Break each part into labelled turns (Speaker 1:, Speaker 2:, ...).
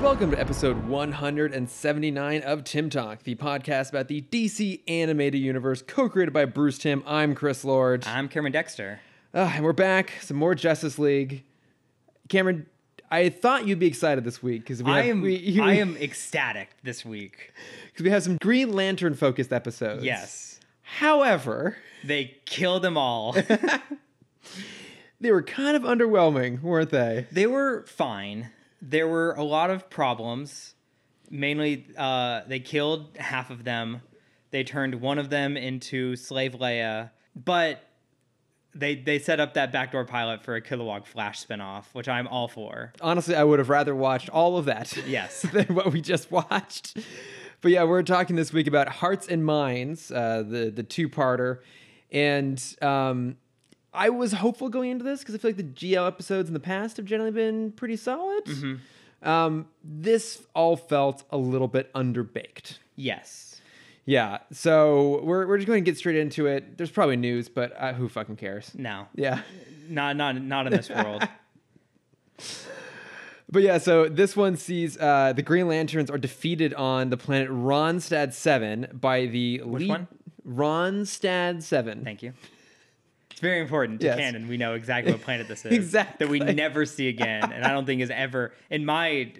Speaker 1: Welcome to episode 179 of Tim Talk, the podcast about the DC animated universe co created by Bruce Tim. I'm Chris Lord.
Speaker 2: I'm Cameron Dexter.
Speaker 1: Ugh, and we're back. Some more Justice League. Cameron, I thought you'd be excited this week because we,
Speaker 2: I
Speaker 1: have-
Speaker 2: am
Speaker 1: we, you-
Speaker 2: I am ecstatic this week.
Speaker 1: 'cause we have some Green Lantern focused episodes.
Speaker 2: Yes.
Speaker 1: However,
Speaker 2: They killed them all.
Speaker 1: they were kind of underwhelming, weren't they?
Speaker 2: they were fine. There were a lot of problems. Mainly uh, they killed half of them. They turned one of them into Slave Leia, but they they set up that backdoor pilot for a Kilowog Flash spinoff, which I'm all for.
Speaker 1: honestly, I would have rather watched all of that.
Speaker 2: Yes.
Speaker 1: than what we just watched. But yeah, we're talking this week about Hearts and Minds, uh, the the two parter, and um, I was hopeful going into this because I feel like the GL episodes in the past have generally been pretty solid. Um, this all felt a little bit underbaked.
Speaker 2: Yes.
Speaker 1: Yeah, so we're we're just going to get straight into it. There's probably news, but uh, who fucking cares?
Speaker 2: No.
Speaker 1: Yeah.
Speaker 2: Not not not in this world.
Speaker 1: But yeah, so this one sees uh, the Green Lanterns are defeated on the planet Ronstad 7 by the Which
Speaker 2: one?
Speaker 1: Ronstad 7.
Speaker 2: Thank you. It's very important to
Speaker 1: Yes.
Speaker 2: canon. We know exactly what planet this is. That
Speaker 1: Exactly.
Speaker 2: we never see again. And I don't think is ever, in my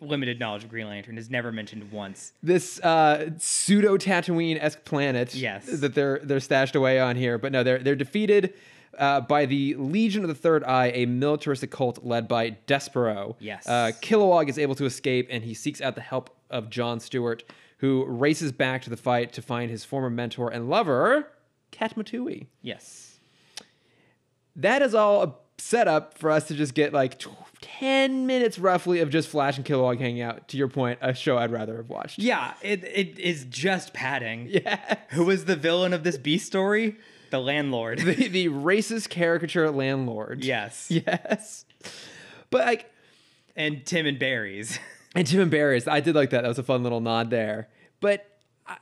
Speaker 2: limited knowledge of Green Lantern, is never mentioned once.
Speaker 1: This uh, pseudo Tatooine esque planet
Speaker 2: Yes.
Speaker 1: that they're they're stashed away on here. But no, they're they're defeated uh, by the Legion of the Third Eye, a militaristic cult led by Despero.
Speaker 2: Yes.
Speaker 1: Uh, Kilowog is able to escape and he seeks out the help of John Stewart, who races back to the fight to find his former mentor and lover, Kat Matui.
Speaker 2: Yes.
Speaker 1: that is all a setup for us to just get like tw- 10 minutes roughly of just Flash and Kilowog hanging out. To your point, a show I'd rather have watched.
Speaker 2: Yeah, it, it is just padding.
Speaker 1: Yeah.
Speaker 2: Who is the villain of this B story? The landlord.
Speaker 1: The, the racist caricature landlord.
Speaker 2: yes.
Speaker 1: Yes. But like,
Speaker 2: And Tim and Barry's.
Speaker 1: and Tim and Barry's, I did like that. That was a fun little nod there. But I,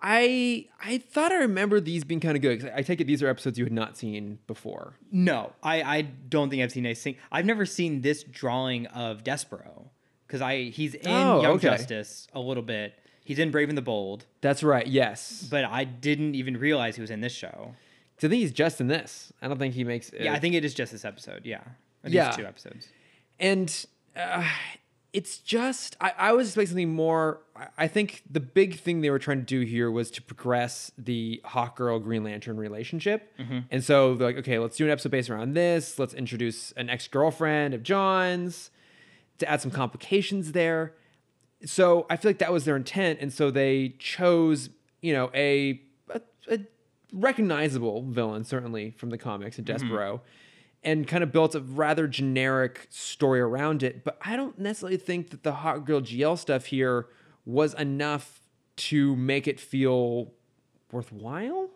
Speaker 1: I, I thought I remember these being kind of good. 'cause I take it these are episodes you had not seen before.
Speaker 2: No, I, I don't think I've seen a sing. I've never seen this drawing of Despero because I he's in
Speaker 1: Oh,
Speaker 2: Young
Speaker 1: okay.
Speaker 2: Justice a little bit. He's in Brave and the Bold,
Speaker 1: That's right. Yes.
Speaker 2: but I didn't even realize he was in this show.
Speaker 1: 'Cause I think he's just in this. I don't think he makes.
Speaker 2: Yeah, I think it is just this episode. Yeah, Or these
Speaker 1: Yeah.
Speaker 2: two episodes.
Speaker 1: and uh, it's just I, I was expecting something more I- i think the big thing they were trying to do here was to progress the hawk girl green lantern relationship and so they're like okay let's do an episode based around this let's introduce an ex-girlfriend of john's to add some complications there so i feel like that was their intent and so they chose you know a a, a recognizable villain certainly from the comics in despero and kind of built a rather generic story around it but i don't necessarily think that the hot girl gl stuff here was enough to make it feel worthwhile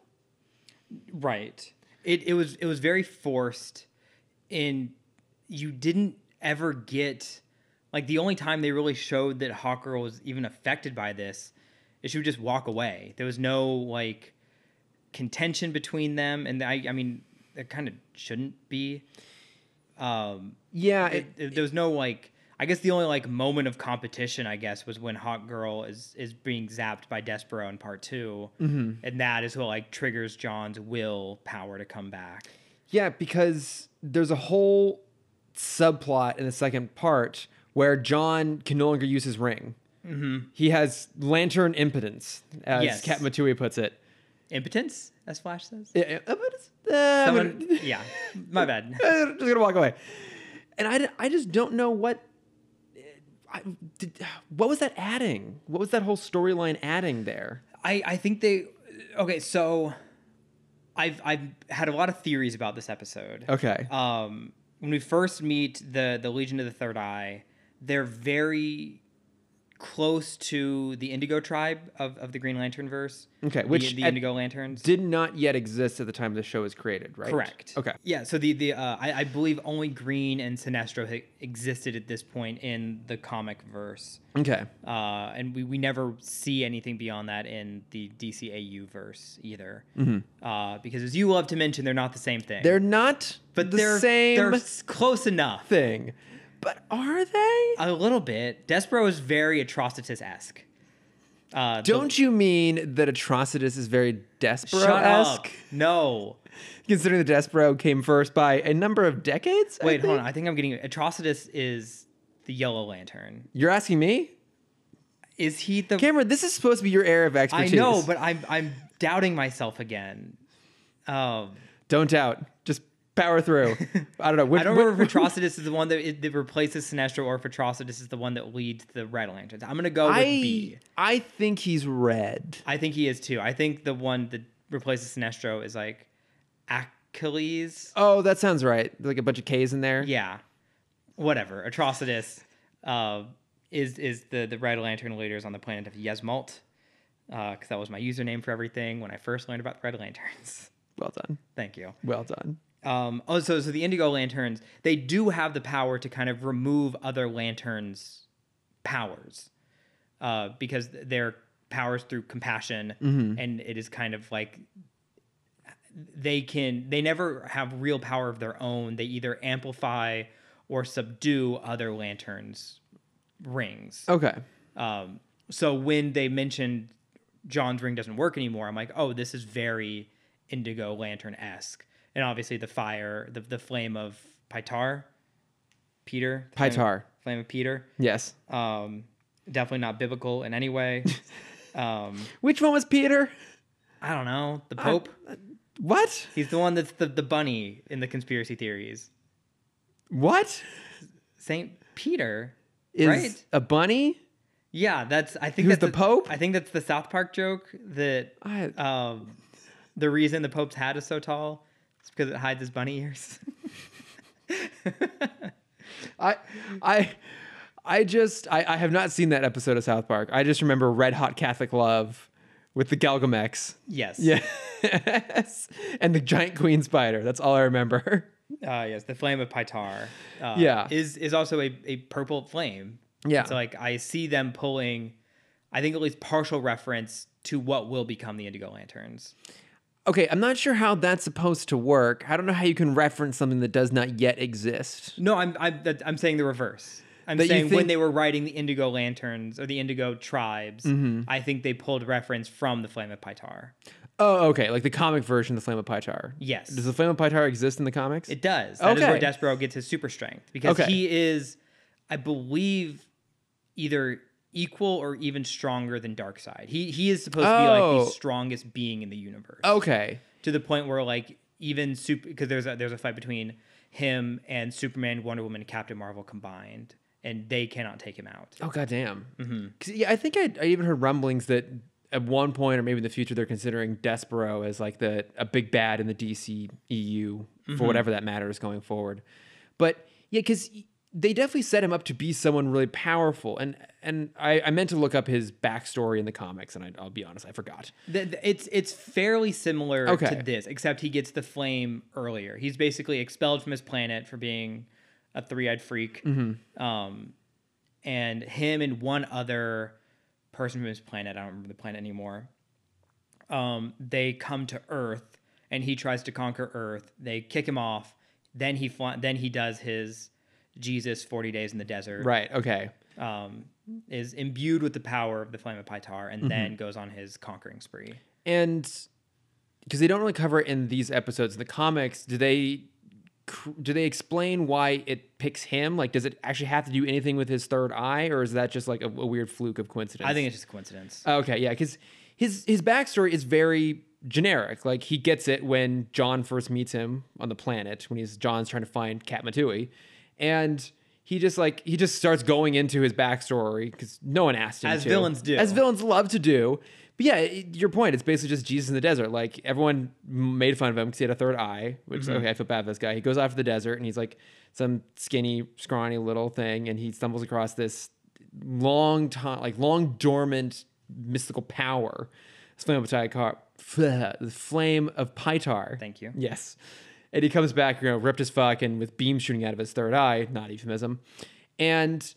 Speaker 2: Right. It it was it was very forced, and you didn't ever get like the only time they really showed that Hawkgirl was even affected by this is she would just walk away. There was no like contention between them, and I I mean there kind of shouldn't be. Um,
Speaker 1: yeah
Speaker 2: it, it- there was no like. I guess the only like moment of competition, I guess, was when Hawk Girl is is being zapped by Despero in part 2 and that is what like triggers John's will power to come back.
Speaker 1: Yeah, because there's a whole subplot in the second part where John can no longer use his ring. Mm-hmm. He has lantern impotence, as
Speaker 2: Yes.
Speaker 1: Kat Matui puts it.
Speaker 2: Impotence, as Flash says.
Speaker 1: Yeah, uh, but it's- uh, I'm
Speaker 2: Someone-
Speaker 1: gonna-
Speaker 2: yeah, my bad.
Speaker 1: I'm just gonna walk away. And I, d- I just don't know what. I, did, what was that adding? What was that whole storyline adding there?
Speaker 2: I I think they okay. So I've I've had a lot of theories about this episode.
Speaker 1: Okay.
Speaker 2: um, when we first meet the the Legion of the Third Eye, they're very close to the Indigo Tribe of, of the Green Lantern verse.
Speaker 1: Okay,
Speaker 2: the-
Speaker 1: which
Speaker 2: the,
Speaker 1: at-
Speaker 2: Indigo Lanterns.
Speaker 1: Did not yet exist at the time the show was created, right?
Speaker 2: Correct.
Speaker 1: Okay.
Speaker 2: Yeah. So the the uh, I, I believe only Green and Sinestro ha- existed at this point in the comic verse,
Speaker 1: Okay.
Speaker 2: uh, and we, we never see anything beyond that in the DCAU verse either,
Speaker 1: Mm-hmm.
Speaker 2: uh, because as you love to mention, they're not the same thing.
Speaker 1: They're not
Speaker 2: but
Speaker 1: the
Speaker 2: they're
Speaker 1: same
Speaker 2: they're s- close enough.
Speaker 1: thing. But are they?
Speaker 2: A little bit. Despero is very Atrocitus esque. Uh, the-
Speaker 1: Don't you mean that Atrocitus is very
Speaker 2: shut up.
Speaker 1: Despero-esque?
Speaker 2: No.
Speaker 1: Considering the Despero came first by a number of decades? I
Speaker 2: Wait, hold
Speaker 1: think?
Speaker 2: on. I think I'm getting Atrocitus is the Yellow Lantern.
Speaker 1: You're asking me?
Speaker 2: Is he the?
Speaker 1: Cameron, this is supposed to be your area of
Speaker 2: I
Speaker 1: expertise.
Speaker 2: know, but I'm I'm doubting myself again. Um,
Speaker 1: Don't doubt. Just power through. I don't know. Which,
Speaker 2: I don't remember
Speaker 1: which-
Speaker 2: if Atrocitus is the one that, that replaces Sinestro or if Atrocitus is the one that leads the Red Lanterns. I'm gonna go with
Speaker 1: I,
Speaker 2: B.
Speaker 1: I think he's red.
Speaker 2: I think he is too. I think the one that replaces Sinestro is like Achilles.
Speaker 1: Oh, that sounds right. Like a bunch of K's in there.
Speaker 2: Yeah, whatever. Atrocitus uh, is is the the Red Lantern leaders on the planet of Yasmalt, because that was my username for everything when I first learned about the Red Lanterns.
Speaker 1: Well done.
Speaker 2: Thank you.
Speaker 1: Well done.
Speaker 2: Um, oh, so so the Indigo Lanterns they do have the power to kind of remove other lanterns' powers, uh, because their powers through compassion, and it is kind of like they can they never have real power of their own. They either amplify or subdue other lanterns' rings.
Speaker 1: Okay.
Speaker 2: Um, so when they mentioned John's ring doesn't work anymore, I'm like, oh, this is very Indigo Lantern esque, and obviously the fire, the the flame of Pytar, Peter, the flame of-
Speaker 1: Pytar.
Speaker 2: flame of Peter,
Speaker 1: Yes.
Speaker 2: um, definitely not biblical in any way. um,
Speaker 1: Which one was Peter?
Speaker 2: I don't know the Pope.
Speaker 1: What?
Speaker 2: He's the one that's the, the bunny in the conspiracy theories.
Speaker 1: What?
Speaker 2: Saint Peter,
Speaker 1: Is
Speaker 2: right?
Speaker 1: a bunny?
Speaker 2: Yeah, that's. I think
Speaker 1: Who's
Speaker 2: that's
Speaker 1: the Pope?
Speaker 2: I think that's the South Park joke that
Speaker 1: I,
Speaker 2: um, the reason the Pope's hat is so tall is because it hides his bunny ears.
Speaker 1: I, I, I just I, I have not seen that episode of South Park. I just remember Red Hot Catholic Love with the Galgamex.
Speaker 2: yes.
Speaker 1: Yes, and the giant queen spider. That's all I remember.
Speaker 2: Uh, yes. The flame of Pytar. Uh,
Speaker 1: Yeah.
Speaker 2: Is is also a, a purple flame.
Speaker 1: Yeah.
Speaker 2: So like I see them pulling, I think at least partial reference to what will become the Indigo Lanterns.
Speaker 1: Okay, I'm not sure how that's supposed to work. I don't know how you can reference something that does not yet exist.
Speaker 2: No, I'm I'm, that, I'm saying the reverse. I'm
Speaker 1: That you
Speaker 2: saying when
Speaker 1: think-
Speaker 2: they were writing the Indigo Lanterns or the Indigo tribes,
Speaker 1: Mm-hmm.
Speaker 2: I think they pulled reference from the flame of Pytar.
Speaker 1: Oh, okay, like the comic version of the Flame of Pytar.
Speaker 2: Yes.
Speaker 1: Does the Flame of Pytar exist in the comics?
Speaker 2: It does. That is
Speaker 1: Okay.
Speaker 2: where Despero gets his super strength because
Speaker 1: Okay.
Speaker 2: he is, I believe, either equal or even stronger than Darkseid. He he is supposed to be like
Speaker 1: Oh.
Speaker 2: the strongest being in the universe.
Speaker 1: okay.
Speaker 2: to the point where like even super because there's a, there's a fight between him and Superman, Wonder Woman, and Captain Marvel combined, and they cannot take him out.
Speaker 1: Oh goddamn. Mm-hmm. Yeah, I think I, I even heard rumblings that at one point or maybe in the future they're considering Despero as like the a big bad in the DC EU for whatever that matters going forward. But yeah, because they definitely set him up to be someone really powerful. And and I, I meant to look up his backstory in the comics, and I, I'll be honest, I forgot.
Speaker 2: Th- th- It's it's fairly similar
Speaker 1: Okay.
Speaker 2: to this, except he gets the flame earlier. He's basically expelled from his planet for being a three-eyed freak,
Speaker 1: Mm-hmm.
Speaker 2: um, and him and one other person from his planet—I don't remember the planet anymore—they come to Earth, and he tries to conquer Earth. They kick him off. Then he fly- then he does his Jesus forty days in the desert
Speaker 1: Right. Okay.
Speaker 2: um, is imbued with the power of the flame of Pytar
Speaker 1: Mm-hmm.
Speaker 2: and then goes on his conquering spree.
Speaker 1: And because they don't really cover it in these episodes in the comics, do they? cr- Do they explain why it picks him? Like, does it actually have to do anything with his third eye, or is that just like a, a weird fluke of coincidence? Oh,
Speaker 2: I think it's just coincidence.
Speaker 1: okay, yeah, because his his backstory is very generic. Like, he gets it when John first meets him on the planet when he's John's trying to find Kat Matui, and he just like he just starts going into his backstory because no one asked him
Speaker 2: As
Speaker 1: to.
Speaker 2: villains do.
Speaker 1: As villains love to do. But yeah, it- your point. It's basically just Jesus in the desert. Like everyone made fun of him because he had a third eye, which okay, I feel bad for this guy. He goes out to the desert and he's like some skinny, scrawny little thing, and he stumbles across this long time, like long dormant mystical power, This flame of Pytar, the flame of Pytar.
Speaker 2: Thank you.
Speaker 1: Yes. And he comes back, you know, ripped as fuck and with beams shooting out of his third eye, not euphemism. And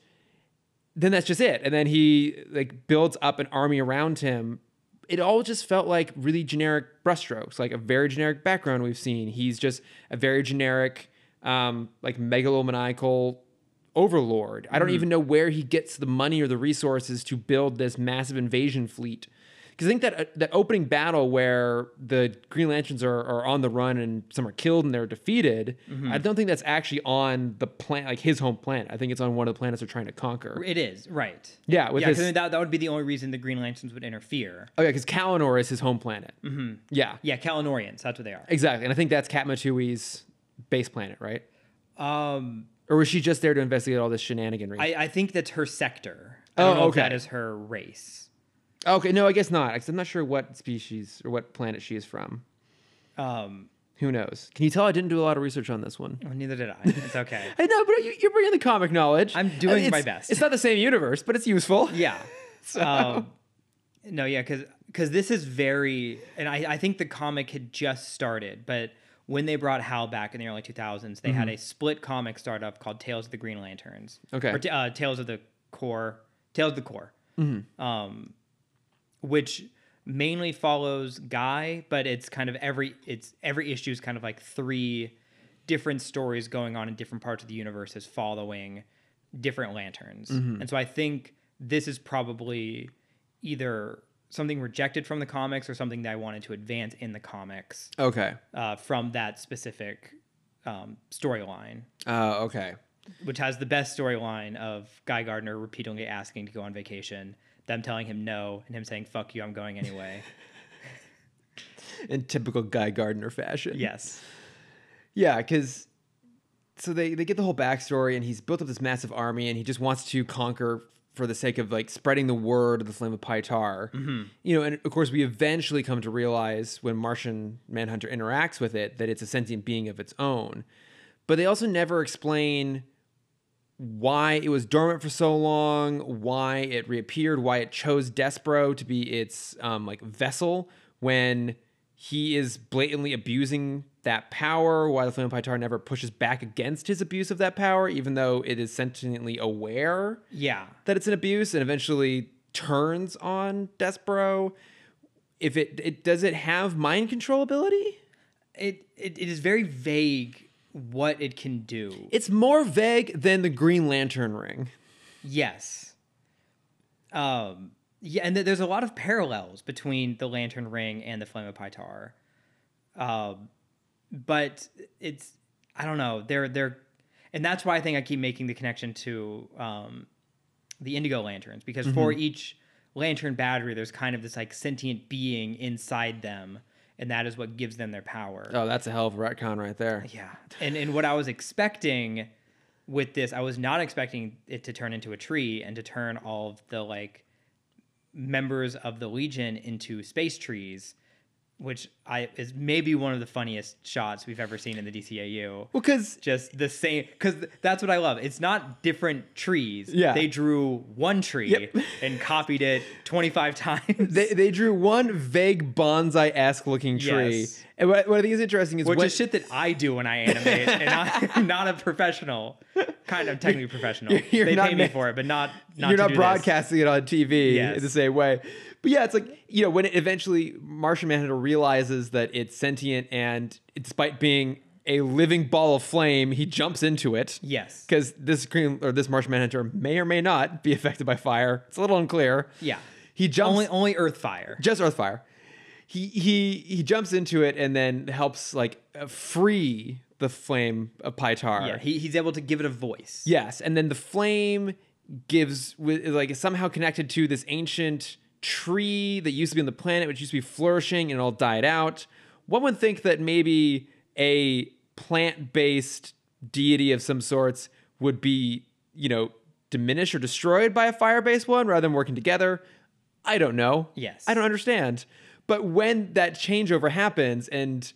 Speaker 1: then that's just it. And then he like builds up an army around him. It all just felt like really generic brushstrokes, like a very generic background we've seen. He's just a very generic, um, like megalomaniacal overlord. I don't
Speaker 2: Hmm.
Speaker 1: even know where he gets the money or the resources to build this massive invasion fleet. Because I think that uh, that opening battle where the Green Lanterns are, are on the run and some are killed and they're defeated,
Speaker 2: Mm-hmm.
Speaker 1: I don't think that's actually on the planet, like his home planet. I think it's on one of the planets they're trying to conquer.
Speaker 2: It is right.
Speaker 1: Yeah, with
Speaker 2: yeah, 'cause
Speaker 1: his-
Speaker 2: that that would be the only reason the Green Lanterns would interfere.
Speaker 1: Oh yeah, because Kalinor is his home planet. Mm-hmm. Yeah,
Speaker 2: Yeah, Kalinorians. That's what they are.
Speaker 1: exactly. And I think that's Kat Matui's base planet, right?
Speaker 2: Um,
Speaker 1: Or was she just there to investigate all this shenanigan?
Speaker 2: I, I think that's her sector. I don't
Speaker 1: Oh,
Speaker 2: know if that
Speaker 1: okay.
Speaker 2: is her race.
Speaker 1: okay, no, I guess not. 'cause I'm not sure what species or what planet she is from.
Speaker 2: Um,
Speaker 1: Who knows? Can you tell I didn't do a lot of research on this one?
Speaker 2: well, neither did I. It's okay.
Speaker 1: I know, but you, you're bringing the comic knowledge.
Speaker 2: I'm
Speaker 1: And
Speaker 2: doing my
Speaker 1: it's-
Speaker 2: best.
Speaker 1: It's not the same universe, but it's useful.
Speaker 2: yeah. Um, no, yeah, because this is very, and I, I think the comic had just started, but when they brought Hal back in the early 2000s, they
Speaker 1: Mm-hmm.
Speaker 2: had a split comic startup called Tales of the Green Lanterns.
Speaker 1: Okay.
Speaker 2: Or uh, Tales of the Core. Tales of the Core. Um, which mainly follows Guy, but it's kind of every it's every issue is kind of like three different stories going on in different parts of the universe is following different lanterns. And so I think this is probably either something rejected from the comics or something that I wanted to advance in the comics
Speaker 1: Okay.
Speaker 2: uh, from that specific um, storyline,
Speaker 1: Uh, okay.
Speaker 2: which has the best storyline of Guy Gardner repeatedly asking to go on vacation, them telling him no, and him saying, fuck you, I'm going anyway.
Speaker 1: In typical Guy Gardner fashion.
Speaker 2: yes.
Speaker 1: Yeah, because so they they get the whole backstory, and he's built up this massive army, and he just wants to conquer for the sake of like spreading the word of the flame of Pytar.
Speaker 2: Mm-hmm.
Speaker 1: You know, and of course we eventually come to realize when Martian Manhunter interacts with it that it's a sentient being of its own. But they also never explain why it was dormant for so long, why it reappeared, why it chose Despero to be its um, like vessel when he is blatantly abusing that power, why the Flame of Pytar never pushes back against his abuse of that power, even though it is sentiently aware
Speaker 2: Yeah.
Speaker 1: that it's an abuse and eventually turns on Despero. If it, it does it have mind control ability?
Speaker 2: It, it it is very vague what it can do.
Speaker 1: It's more vague than the Green Lantern ring.
Speaker 2: Yes. Um. Yeah, and th- there's a lot of parallels between the Lantern Ring and the Flame of Pytar. Um, but it's I don't know. They're they're, and that's why I think I keep making the connection to um, the Indigo Lanterns because for each lantern battery, there's kind of this like sentient being inside them, and that is what gives them their power.
Speaker 1: Oh, that's a hell of a retcon right there.
Speaker 2: Yeah. And and what I was expecting with this, I was not expecting it to turn into a tree and to turn all of the like members of the Legion into space trees, which I is maybe one of the funniest shots we've ever seen in the DCAU.
Speaker 1: Well, because
Speaker 2: Just the same, because that's what I love. It's not different trees.
Speaker 1: Yeah.
Speaker 2: They drew one tree
Speaker 1: Yep.
Speaker 2: and copied it 25 times.
Speaker 1: They, they drew one vague bonsai esque looking tree.
Speaker 2: Yes.
Speaker 1: And what, what I think is interesting is
Speaker 2: Which
Speaker 1: when,
Speaker 2: is shit that I do when I animate, and I'm not a professional, kind of technically professional.
Speaker 1: You're- you're
Speaker 2: they
Speaker 1: not
Speaker 2: pay
Speaker 1: ma-
Speaker 2: me for it, but not, not
Speaker 1: you're
Speaker 2: to
Speaker 1: not
Speaker 2: do
Speaker 1: broadcasting it on TV in
Speaker 2: Yes.
Speaker 1: the same way. But yeah, it's like, you know, when it eventually Martian Manhunter realizes that it's sentient and despite being a living ball of flame, he jumps into it.
Speaker 2: This. Yes.
Speaker 1: Because this green or this Martian Manhunter may or may not be affected by fire. It's a little unclear.
Speaker 2: Yeah.
Speaker 1: He jumps
Speaker 2: Only only Earthfire.
Speaker 1: just Earthfire. He he he jumps into it and then helps like uh, free the flame of Pytar.
Speaker 2: Yeah. He, he's able to give it a voice.
Speaker 1: yes, and then the flame gives with is, like somehow connected to this ancient tree that used to be on the planet, which used to be flourishing and it all died out. One would think that maybe a plant-based deity of some sorts would be you know diminished or destroyed by a fire-based one rather than working together. I don't know.
Speaker 2: Yes.
Speaker 1: I don't understand. But when that changeover happens and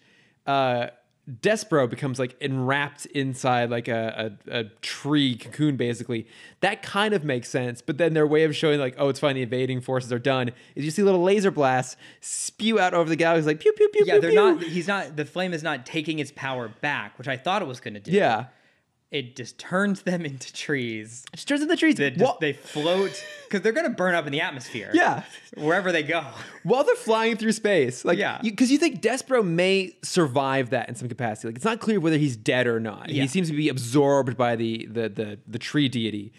Speaker 1: uh, Despero becomes like enwrapped inside like a, a, a tree cocoon, basically, that kind of makes sense. But then their way of showing like, oh, it's fine, the invading forces are done, is you see little laser blasts spew out over the galaxy like pew pew pew
Speaker 2: Yeah.
Speaker 1: pew.
Speaker 2: They're
Speaker 1: pew.
Speaker 2: not. He's not. The flame is not taking its power back, which I thought it was going to do.
Speaker 1: Yeah.
Speaker 2: It just turns them into trees.
Speaker 1: It just turns into trees.
Speaker 2: That just,
Speaker 1: Wha-
Speaker 2: they float because they're gonna burn up in the atmosphere.
Speaker 1: yeah.
Speaker 2: wherever they go.
Speaker 1: While they're flying through space, like
Speaker 2: Yeah.
Speaker 1: because you, think Despero may survive that in some capacity. Like it's not clear whether he's dead or not.
Speaker 2: Yeah.
Speaker 1: He seems to be absorbed by the the the the tree deity,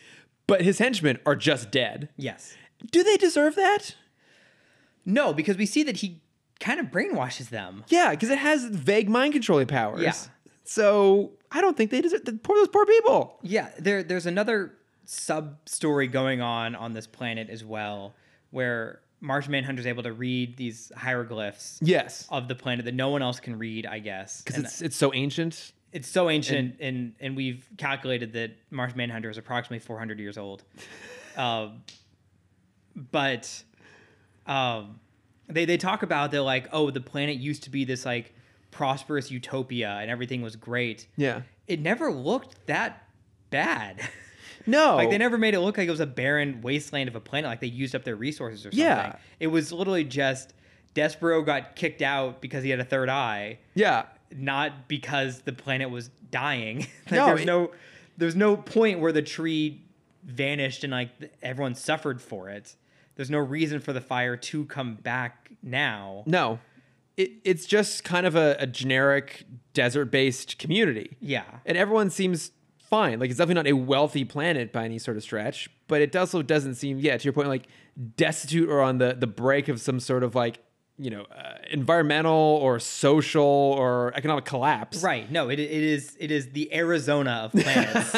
Speaker 1: but his henchmen are just dead.
Speaker 2: Yes.
Speaker 1: Do they deserve that?
Speaker 2: No, because we see that he kind of brainwashes them.
Speaker 1: Yeah, because it has vague mind controlling powers.
Speaker 2: Yeah.
Speaker 1: So I don't think they deserve. the- Poor those poor people.
Speaker 2: Yeah, there there's another sub story going on on this planet as well, where Marsh Manhunter's able to read these hieroglyphs
Speaker 1: Yes.
Speaker 2: of the planet that no one else can read, I guess.
Speaker 1: Because
Speaker 2: And
Speaker 1: it's it's so ancient.
Speaker 2: it's so ancient, and, and we've calculated that Marsh Manhunter is approximately 400 years old. um, but um, they they talk about they're like, oh, the planet used to be this like prosperous utopia, and everything was great.
Speaker 1: Yeah.
Speaker 2: It never looked that bad.
Speaker 1: No.
Speaker 2: Like they never made it look like it was a barren wasteland of a planet. Like they used up their resources or something.
Speaker 1: Yeah.
Speaker 2: It was literally just Despero got kicked out because he had a third eye,
Speaker 1: Yeah.
Speaker 2: not because the planet was dying. like,
Speaker 1: No,
Speaker 2: there's
Speaker 1: it-
Speaker 2: no there's no point where the tree vanished and like th- everyone suffered for it. There's no reason for the fire to come back now.
Speaker 1: No. It, it's just kind of a, a generic desert based community.
Speaker 2: Yeah.
Speaker 1: And everyone seems fine. Like it's definitely not a wealthy planet by any sort of stretch, but it also doesn't seem, yeah, to your point, like destitute or on the, the break of some sort of like, you know, uh, environmental or social or economic collapse.
Speaker 2: Right. No, it, it is it is the Arizona of planets.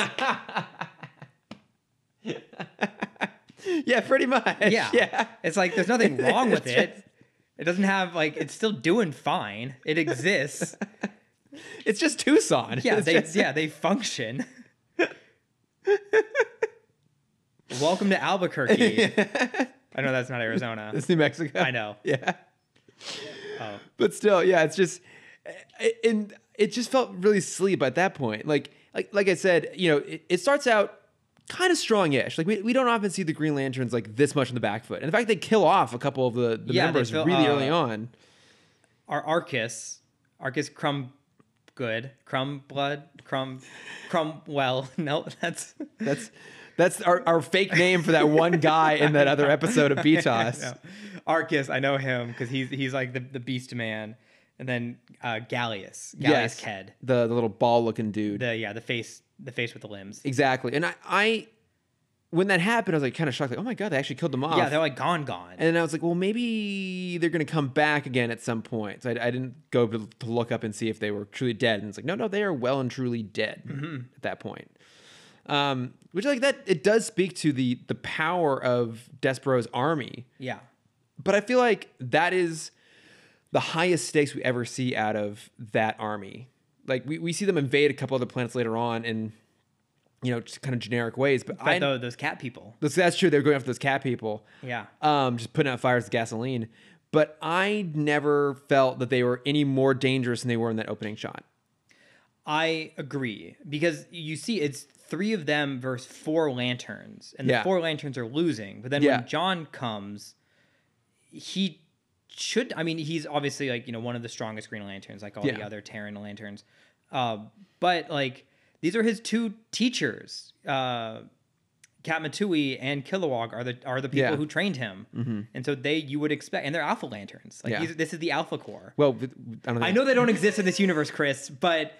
Speaker 1: Yeah, pretty much.
Speaker 2: Yeah.
Speaker 1: Yeah.
Speaker 2: It's like there's nothing wrong with
Speaker 1: It's
Speaker 2: it. It doesn't have like it's still doing fine. It exists.
Speaker 1: It's just Tucson.
Speaker 2: Yeah,
Speaker 1: It's
Speaker 2: they
Speaker 1: just-
Speaker 2: yeah, they function. Welcome to Albuquerque. I know that's not Arizona.
Speaker 1: It's New Mexico.
Speaker 2: I know.
Speaker 1: Yeah.
Speaker 2: Oh.
Speaker 1: but still, yeah, it's just, I- and it just felt really sleep at that point. Like, like, like I said, you know, it, it starts out kind of strong-ish. Like, we, we don't often see the Green Lanterns like this much in the back foot. And the fact they kill off a couple of the, the
Speaker 2: Yeah, they
Speaker 1: members
Speaker 2: kill-
Speaker 1: really
Speaker 2: uh,
Speaker 1: early on.
Speaker 2: Our Arcus, Arcus Crumb Good, Crumb Blood, Crumb Crumb Well. No, that's
Speaker 1: That's that's our, our fake name for that one guy in that other episode of
Speaker 2: No.
Speaker 1: BTOS.
Speaker 2: Arcus, I know him because he's he's like the, the beast man. And then uh, Gallius, Gallius
Speaker 1: Yes,
Speaker 2: Ked.
Speaker 1: the the little ball-looking dude.
Speaker 2: the yeah the face the face with the limbs
Speaker 1: Exactly. And I, I when that happened, I was like kind of shocked, like, oh my god, they actually killed them off.
Speaker 2: yeah they're like gone gone
Speaker 1: and then I was like, well, maybe they're gonna come back again at some point. So I, I didn't go to, to look up and see if they were truly dead. And it's like, no, no, they are well and truly dead at that point. Um, which like that, it does speak to the the power of Despero's army.
Speaker 2: yeah
Speaker 1: But I feel like that is the highest stakes we ever see out of that army. Like we, we see them invade a couple other planets later on in, you know, just kind of generic ways. But,
Speaker 2: but
Speaker 1: I
Speaker 2: tho- those cat people
Speaker 1: that's, that's true. They're going after those cat people.
Speaker 2: yeah
Speaker 1: Um, just putting out fires with gasoline. But I never felt that they were any more dangerous than they were in that opening shot.
Speaker 2: i agree because you see it's three of them versus four lanterns and
Speaker 1: Yeah.
Speaker 2: the four lanterns are losing but then
Speaker 1: Yeah.
Speaker 2: when john comes he should i mean he's obviously like you know one of the strongest green lanterns like all the
Speaker 1: Yeah.
Speaker 2: other terran lanterns uh, but like these are his two teachers uh Katmatui and Kilowog are the are the people
Speaker 1: Yeah. Mm-hmm.
Speaker 2: who trained him, and so they you would expect, and they're Alpha Lanterns. Like
Speaker 1: Yeah.
Speaker 2: these, this is the Alpha Corps.
Speaker 1: Well, with- I don't know.
Speaker 2: I know they don't exist in this universe, Chris, but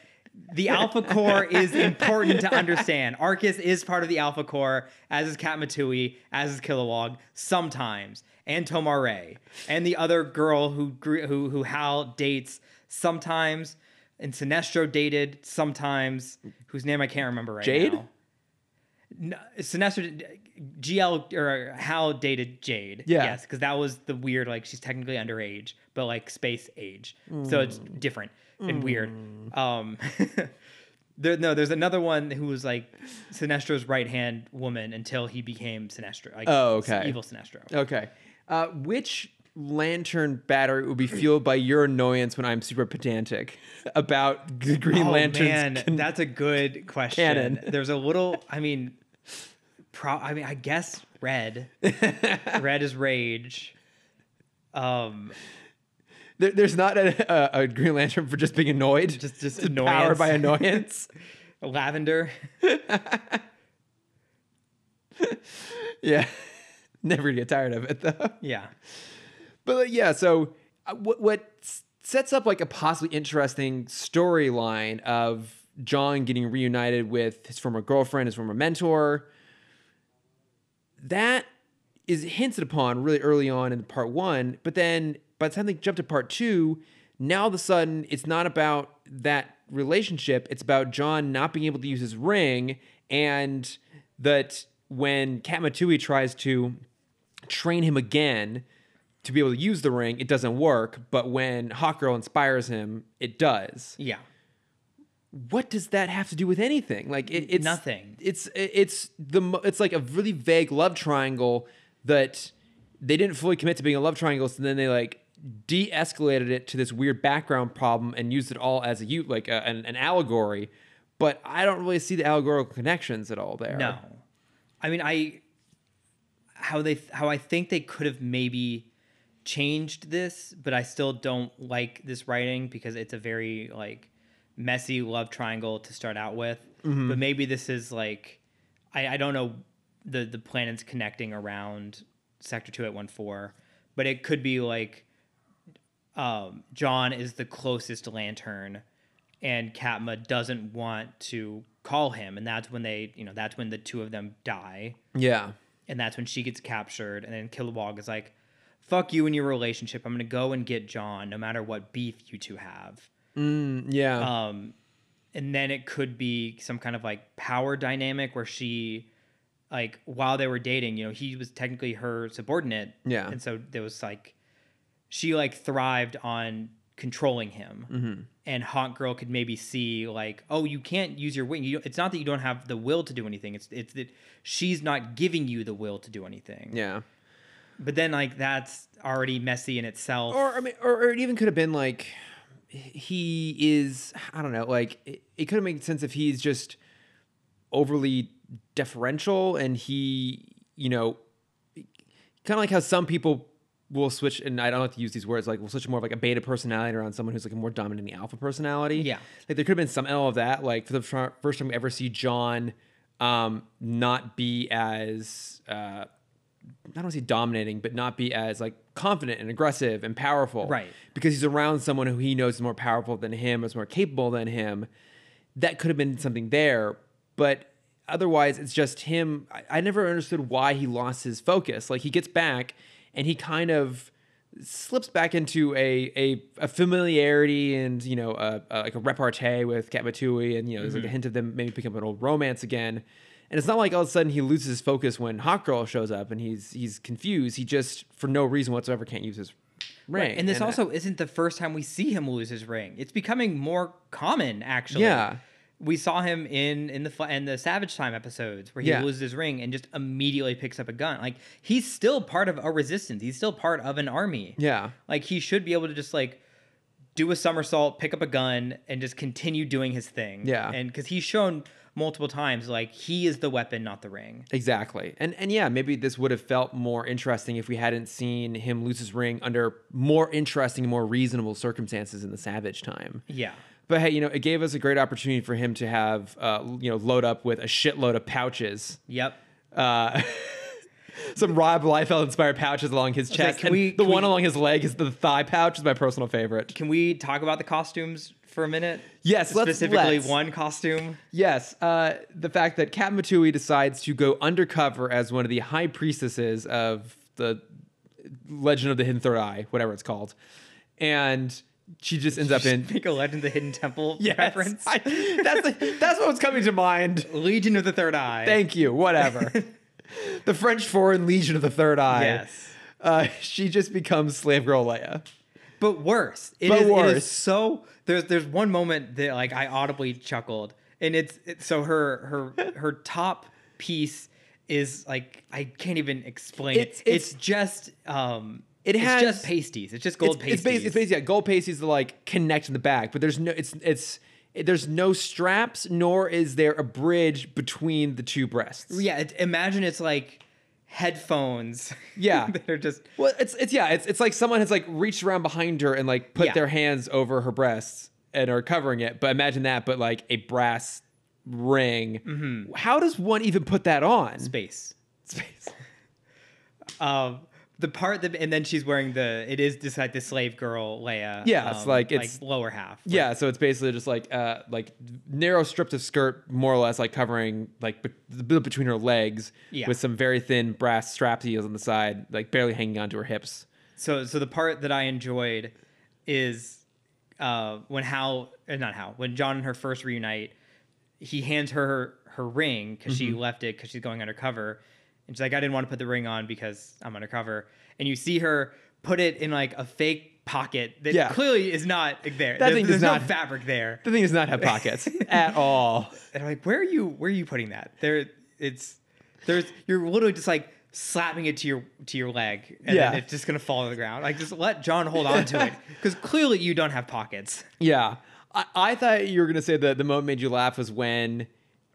Speaker 2: the Alpha Corps is important to understand. Arcus is part of the Alpha Corps, as is Katmatui, as is Kilowog, sometimes, and Tomare, and the other girl who gr- who who Hal dates sometimes, and Sinestro dated sometimes, whose name I can't remember right
Speaker 1: Jade?
Speaker 2: now. No, Sinestro, GL or Hal dated Jade.
Speaker 1: Yeah.
Speaker 2: Yes, because that was the weird. Like she's technically underage, but like space age, so
Speaker 1: Mm.
Speaker 2: it's different and weird. Um, there no, there's another one who was like Sinestro's right hand woman until he became Sinestro. Like,
Speaker 1: Oh, okay.
Speaker 2: Evil Sinestro.
Speaker 1: Okay. Uh, which lantern battery would be fueled by your annoyance when I'm super pedantic about the Green
Speaker 2: Oh,
Speaker 1: Lanterns?
Speaker 2: man,
Speaker 1: con-
Speaker 2: that's a good question.
Speaker 1: canon.
Speaker 2: There's a little. I mean, pro. I mean, I guess red. red is rage. Um.
Speaker 1: There, there's not a, a, a Green Lantern for just being annoyed.
Speaker 2: Just- just
Speaker 1: It's powered by annoyance.
Speaker 2: Lavender.
Speaker 1: Yeah. Never get tired of it though.
Speaker 2: Yeah.
Speaker 1: But like, yeah, so uh, what what s- sets up like a possibly interesting storyline of John getting reunited with his former girlfriend, his former mentor. That is hinted upon really early on in part one, but then by the time they jump to part two, now all of a sudden it's not about that relationship. It's about John not being able to use his ring, and that when Kat Matui tries to train him again to be able to use the ring, it doesn't work. But when Hawkgirl inspires him, it does.
Speaker 2: Yeah.
Speaker 1: What does that have to do with anything? Like it, it's
Speaker 2: Nothing.
Speaker 1: It's it's the mo- it's like a really vague love triangle that they didn't fully commit to being a love triangle. So then they like de-escalated it to this weird background problem and used it all as a you like a, an, an allegory. But I don't really see the allegorical connections at all there.
Speaker 2: No. I mean, I how they how I think they could have maybe changed this, but I still don't like this writing because it's a very like messy love triangle to start out with. But maybe this is like I, I don't know the the planets connecting around sector two eight one four, but it could be like um, John is the closest lantern, and Katma doesn't want to call him, and that's when they, you know, that's when the two of them die,
Speaker 1: Yeah.
Speaker 2: and that's when she gets captured, and then Kilowog is like, "Fuck you and your relationship. I'm gonna go and get John, no matter what beef you two have."
Speaker 1: Mm, yeah.
Speaker 2: Um, and then it could be some kind of like power dynamic where she, like, while they were dating, you know, he was technically her subordinate.
Speaker 1: Yeah.
Speaker 2: And so there was like, she like thrived on controlling him.
Speaker 1: Mm-hmm.
Speaker 2: And Hot Girl could maybe see like, oh, you can't use your wing. You, it's not that you don't have the will to do anything. It's it's that she's not giving you the will to do anything.
Speaker 1: yeah.
Speaker 2: But then like that's already messy in itself.
Speaker 1: or I mean, or, or it even could have been like he is. I don't know. Like it, it could have made sense if he's just overly deferential and he, you know, kind of like how some people will switch. And I don't have to use these words. Like will switch more of like a beta personality around someone who's like a more dominant in the alpha personality.
Speaker 2: Yeah.
Speaker 1: Like there could have been some element of that. Like for the fir- first time we ever see John, um, not be as. Uh, I don't want to say dominating, but not be as like confident and aggressive and powerful.
Speaker 2: Right.
Speaker 1: Because he's around someone who he knows is more powerful than him, is more capable than him. That could have been something there. But otherwise, it's just him. I, I never understood why he lost his focus. Like he gets back and he kind of slips back into a a, a familiarity and you know a, a- like a repartee with Kat Matui and you know there's
Speaker 2: Mm-hmm.
Speaker 1: like a hint of them maybe picking up an old romance again. And it's not like all of a sudden he loses his focus when Hot Girl shows up and he's he's confused. He just for no reason whatsoever can't use his uh, ring.
Speaker 2: And this
Speaker 1: I-
Speaker 2: also isn't the first time we see him lose his ring. It's becoming more common, actually.
Speaker 1: Yeah.
Speaker 2: We saw him in in the fl- in the Savage Time episodes where he
Speaker 1: Yeah.
Speaker 2: loses his ring and just immediately picks up a gun. Like he's still part of a resistance. He's still part of an army.
Speaker 1: yeah
Speaker 2: Like he should be able to just like do a somersault, pick up a gun, and just continue doing his thing.
Speaker 1: Yeah.
Speaker 2: And because he's shown multiple times like he is the weapon, not the ring.
Speaker 1: exactly. And and yeah maybe this would have felt more interesting if we hadn't seen him lose his ring under more interesting, more reasonable circumstances in the Savage time.
Speaker 2: Yeah.
Speaker 1: But hey, you know, it gave us a great opportunity for him to have, uh, you know, load up with a shitload of pouches,
Speaker 2: Yep.
Speaker 1: uh, some Rob Liefeld inspired pouches along his chest.
Speaker 2: can
Speaker 1: and
Speaker 2: we-
Speaker 1: the
Speaker 2: can
Speaker 1: one
Speaker 2: we-
Speaker 1: along his leg is the thigh pouch. is my personal favorite.
Speaker 2: Can we talk about the costumes for a minute?
Speaker 1: Yes, let's-
Speaker 2: specifically
Speaker 1: let's.
Speaker 2: one costume.
Speaker 1: Yes, uh, the fact that Kat Matui decides to go undercover as one of the high priestesses of the Legend of the Hidden Third Eye, whatever it's called, and she just ends up in.
Speaker 2: Make a Legend of the Hidden Temple
Speaker 1: Yes,
Speaker 2: reference.
Speaker 1: I- that's that's what was coming to mind.
Speaker 2: Legion of the Third Eye.
Speaker 1: Thank you. Whatever. the French Foreign Legion of the Third Eye.
Speaker 2: Yes.
Speaker 1: Uh, she just becomes slave girl Leia.
Speaker 2: but worse. It is
Speaker 1: But
Speaker 2: It is
Speaker 1: worse.
Speaker 2: so there's there's one moment that like I audibly chuckled, and it's, it's so her her her top piece is like I can't even explain
Speaker 1: It's-
Speaker 2: it. It's, just um.
Speaker 1: It
Speaker 2: it's
Speaker 1: has-
Speaker 2: just pasties. It's just gold
Speaker 1: it's,
Speaker 2: pasties.
Speaker 1: It's basically, it's basically yeah, gold pasties that like connect in the back, but there's no it's it's it, there's no straps, nor is there a bridge between the two breasts.
Speaker 2: yeah. It, imagine it's like headphones.
Speaker 1: Yeah.
Speaker 2: that are just
Speaker 1: Well, it's it's yeah, it's it's like someone has like reached around behind her and like put
Speaker 2: Yeah.
Speaker 1: their hands over her breasts and are covering it. But imagine that, but like a brass ring.
Speaker 2: Mm-hmm.
Speaker 1: How does one even put that on?
Speaker 2: Space.
Speaker 1: Space.
Speaker 2: Um, the part that, and then she's wearing the. It is just like the slave girl Leia.
Speaker 1: Yeah, it's
Speaker 2: um,
Speaker 1: like- it's-
Speaker 2: lower half. Like,
Speaker 1: Yeah, so it's basically just like uh like narrow strips of skirt, more or less like covering like be- the bit between her legs
Speaker 2: Yeah.
Speaker 1: with some very thin brass strap heels on the side, like barely hanging onto her hips.
Speaker 2: So so the part that I enjoyed is uh, when Hal, uh, not Hal, when John and her first reunite, he hands her her, her ring because
Speaker 1: Mm-hmm.
Speaker 2: she left it because she's going undercover, and she's like, I didn't want to put the ring on because I'm undercover, and you see her put it in like a fake pocket that
Speaker 1: Yeah.
Speaker 2: clearly is not
Speaker 1: That
Speaker 2: there. There-
Speaker 1: thing does
Speaker 2: there's no
Speaker 1: not-
Speaker 2: fabric there.
Speaker 1: The thing does not have pockets at all.
Speaker 2: And I'm like, where are you? Where are you putting that? There, it's there's you're literally just like slapping it to your to your leg, and
Speaker 1: Yeah.
Speaker 2: then it's just gonna fall to the ground. Like just let John hold on to it because clearly you don't have pockets.
Speaker 1: Yeah. I, I thought you were gonna say that the moment made you laugh was when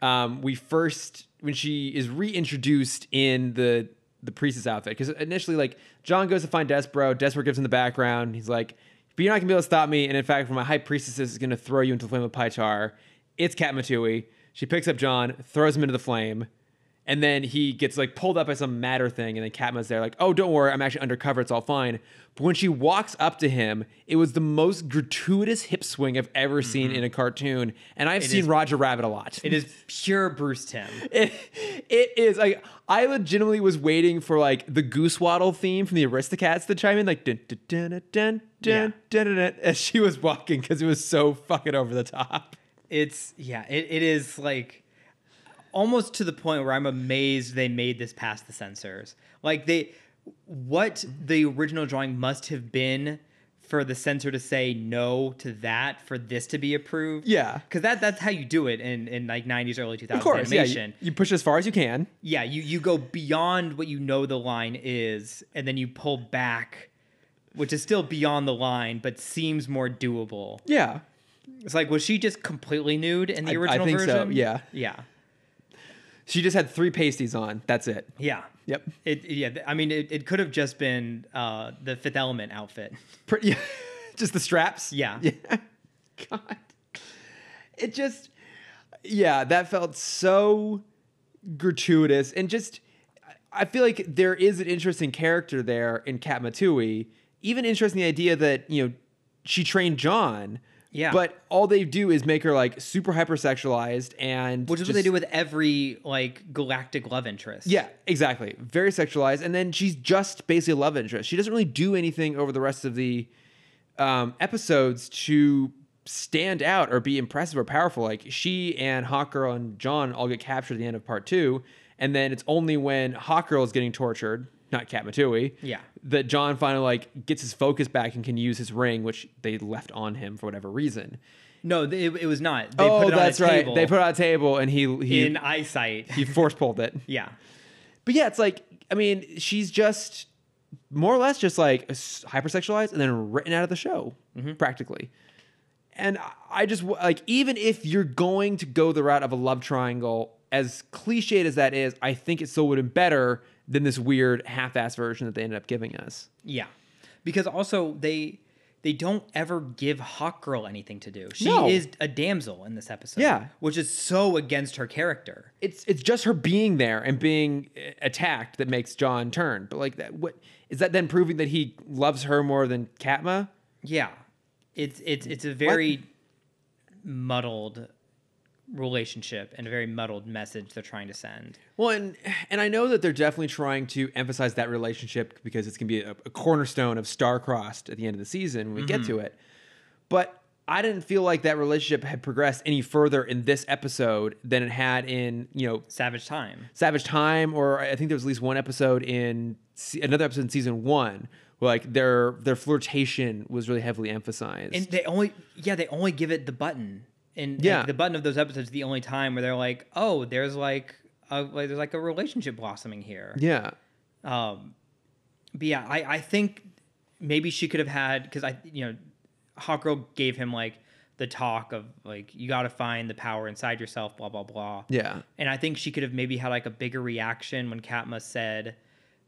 Speaker 1: um we first when she is reintroduced in the the priestess outfit. Because initially like John goes to find Despero, Despero gives him the background, he's like, But you're not gonna be able to stop me, and in fact, when my high priestess is gonna throw you into the flame of Pytar, it's Kat Matui. She picks up John, throws him into the flame, and then he gets like pulled up by some matter thing, and then Katma's there, like, oh, don't worry, I'm actually undercover, it's all fine. But when she walks up to him, it was the most gratuitous hip swing I've ever seen in a cartoon. And I've seen
Speaker 2: is-
Speaker 1: Roger Rabbit a lot.
Speaker 2: It is pure Bruce Tim.
Speaker 1: It- it is like I legitimately was waiting for like the goose waddle theme from the Aristocats to chime in, like dun dun dun dun dun dun dun, dun, dun, as she was walking because it was so fucking over the top.
Speaker 2: It's yeah, it, it is like almost to the point where I'm amazed they made this past the censors. Like they what the original drawing must have been for the censor to say no to that for this to be approved.
Speaker 1: Yeah.
Speaker 2: Cause that that's how you do it in, in like nineties, early two
Speaker 1: Of
Speaker 2: thousands
Speaker 1: course, yeah,
Speaker 2: animation.
Speaker 1: you, you push as far as you can.
Speaker 2: Yeah, you you go beyond what you know the line is, and then you pull back, which is still beyond the line, but seems more doable.
Speaker 1: Yeah,
Speaker 2: It's like was she just completely nude in
Speaker 1: I- I
Speaker 2: the original
Speaker 1: think so,
Speaker 2: version?
Speaker 1: yeah.
Speaker 2: yeah,
Speaker 1: she just had three pasties on. That's it.
Speaker 2: yeah.
Speaker 1: Yep.
Speaker 2: It yeah. th- I mean, it, it could have just been uh, the Fifth Element outfit.
Speaker 1: Pretty, just the straps.
Speaker 2: Yeah.
Speaker 1: God. It just, yeah, that felt so gratuitous and just, I feel like there is an interesting character there in Kat Matui. Even interesting the idea that you know she trained John.
Speaker 2: Yeah.
Speaker 1: But all they do is make her like super hypersexualized and
Speaker 2: Which is what they do with every like galactic love interest.
Speaker 1: yeah, exactly. Very sexualized, and then she's just basically a love interest. She doesn't really do anything over the rest of the um, episodes to stand out or be impressive or powerful. Like she and Hawkgirl and John all get captured at the end of part two, and then it's only when Hawkgirl is getting tortured, not Kat Matui,
Speaker 2: Yeah.
Speaker 1: that John finally like gets his focus back and can use his ring, which they left on him for whatever reason. Oh,
Speaker 2: No, th- it, it was not. They put it on a table
Speaker 1: They put it on a table, and he he
Speaker 2: in eyesight.
Speaker 1: he force pulled it.
Speaker 2: yeah.
Speaker 1: But yeah, it's like I mean, she's just more or less just like s- hypersexualized and then written out of the show practically. And I- I just w- like even if you're going to go the route of a love triangle, as cliched as that is, I think it still would have been better than this weird half-ass version that they ended up giving us.
Speaker 2: Yeah, because also they they don't ever give Hawk Girl anything to do. She
Speaker 1: No.
Speaker 2: is a damsel in this episode.
Speaker 1: Yeah.
Speaker 2: which is so against her character.
Speaker 1: It's it's just her being there and being uh, attacked that makes John turn. But like that, what is that then proving that he loves her more than Katma?
Speaker 2: Yeah, it's it's it's a very muddled relationship and a very muddled message they're trying to send.
Speaker 1: Well, and and I know that they're definitely trying to emphasize that relationship because it's going to be a, a cornerstone of star-crossed at the end of the season when we get
Speaker 2: Mm-hmm.
Speaker 1: to it. But I didn't feel like that relationship had progressed any further in this episode than it had in you know
Speaker 2: Savage time.
Speaker 1: Savage Time, or I think there was at least one episode in se- another episode in season one where like their their flirtation was really heavily emphasized.
Speaker 2: And they only yeah, they only give it the button. And like,
Speaker 1: Yeah.
Speaker 2: the button of those episodes is the only time where they're like, "Oh, there's like a, like there's like a relationship blossoming here."
Speaker 1: yeah,
Speaker 2: Um, but yeah, I, I think maybe she could have had because I you know, Hawk Girl gave him like the talk of like you got to find the power inside yourself, blah blah blah.
Speaker 1: yeah,
Speaker 2: And I think she could have maybe had like a bigger reaction when Katma said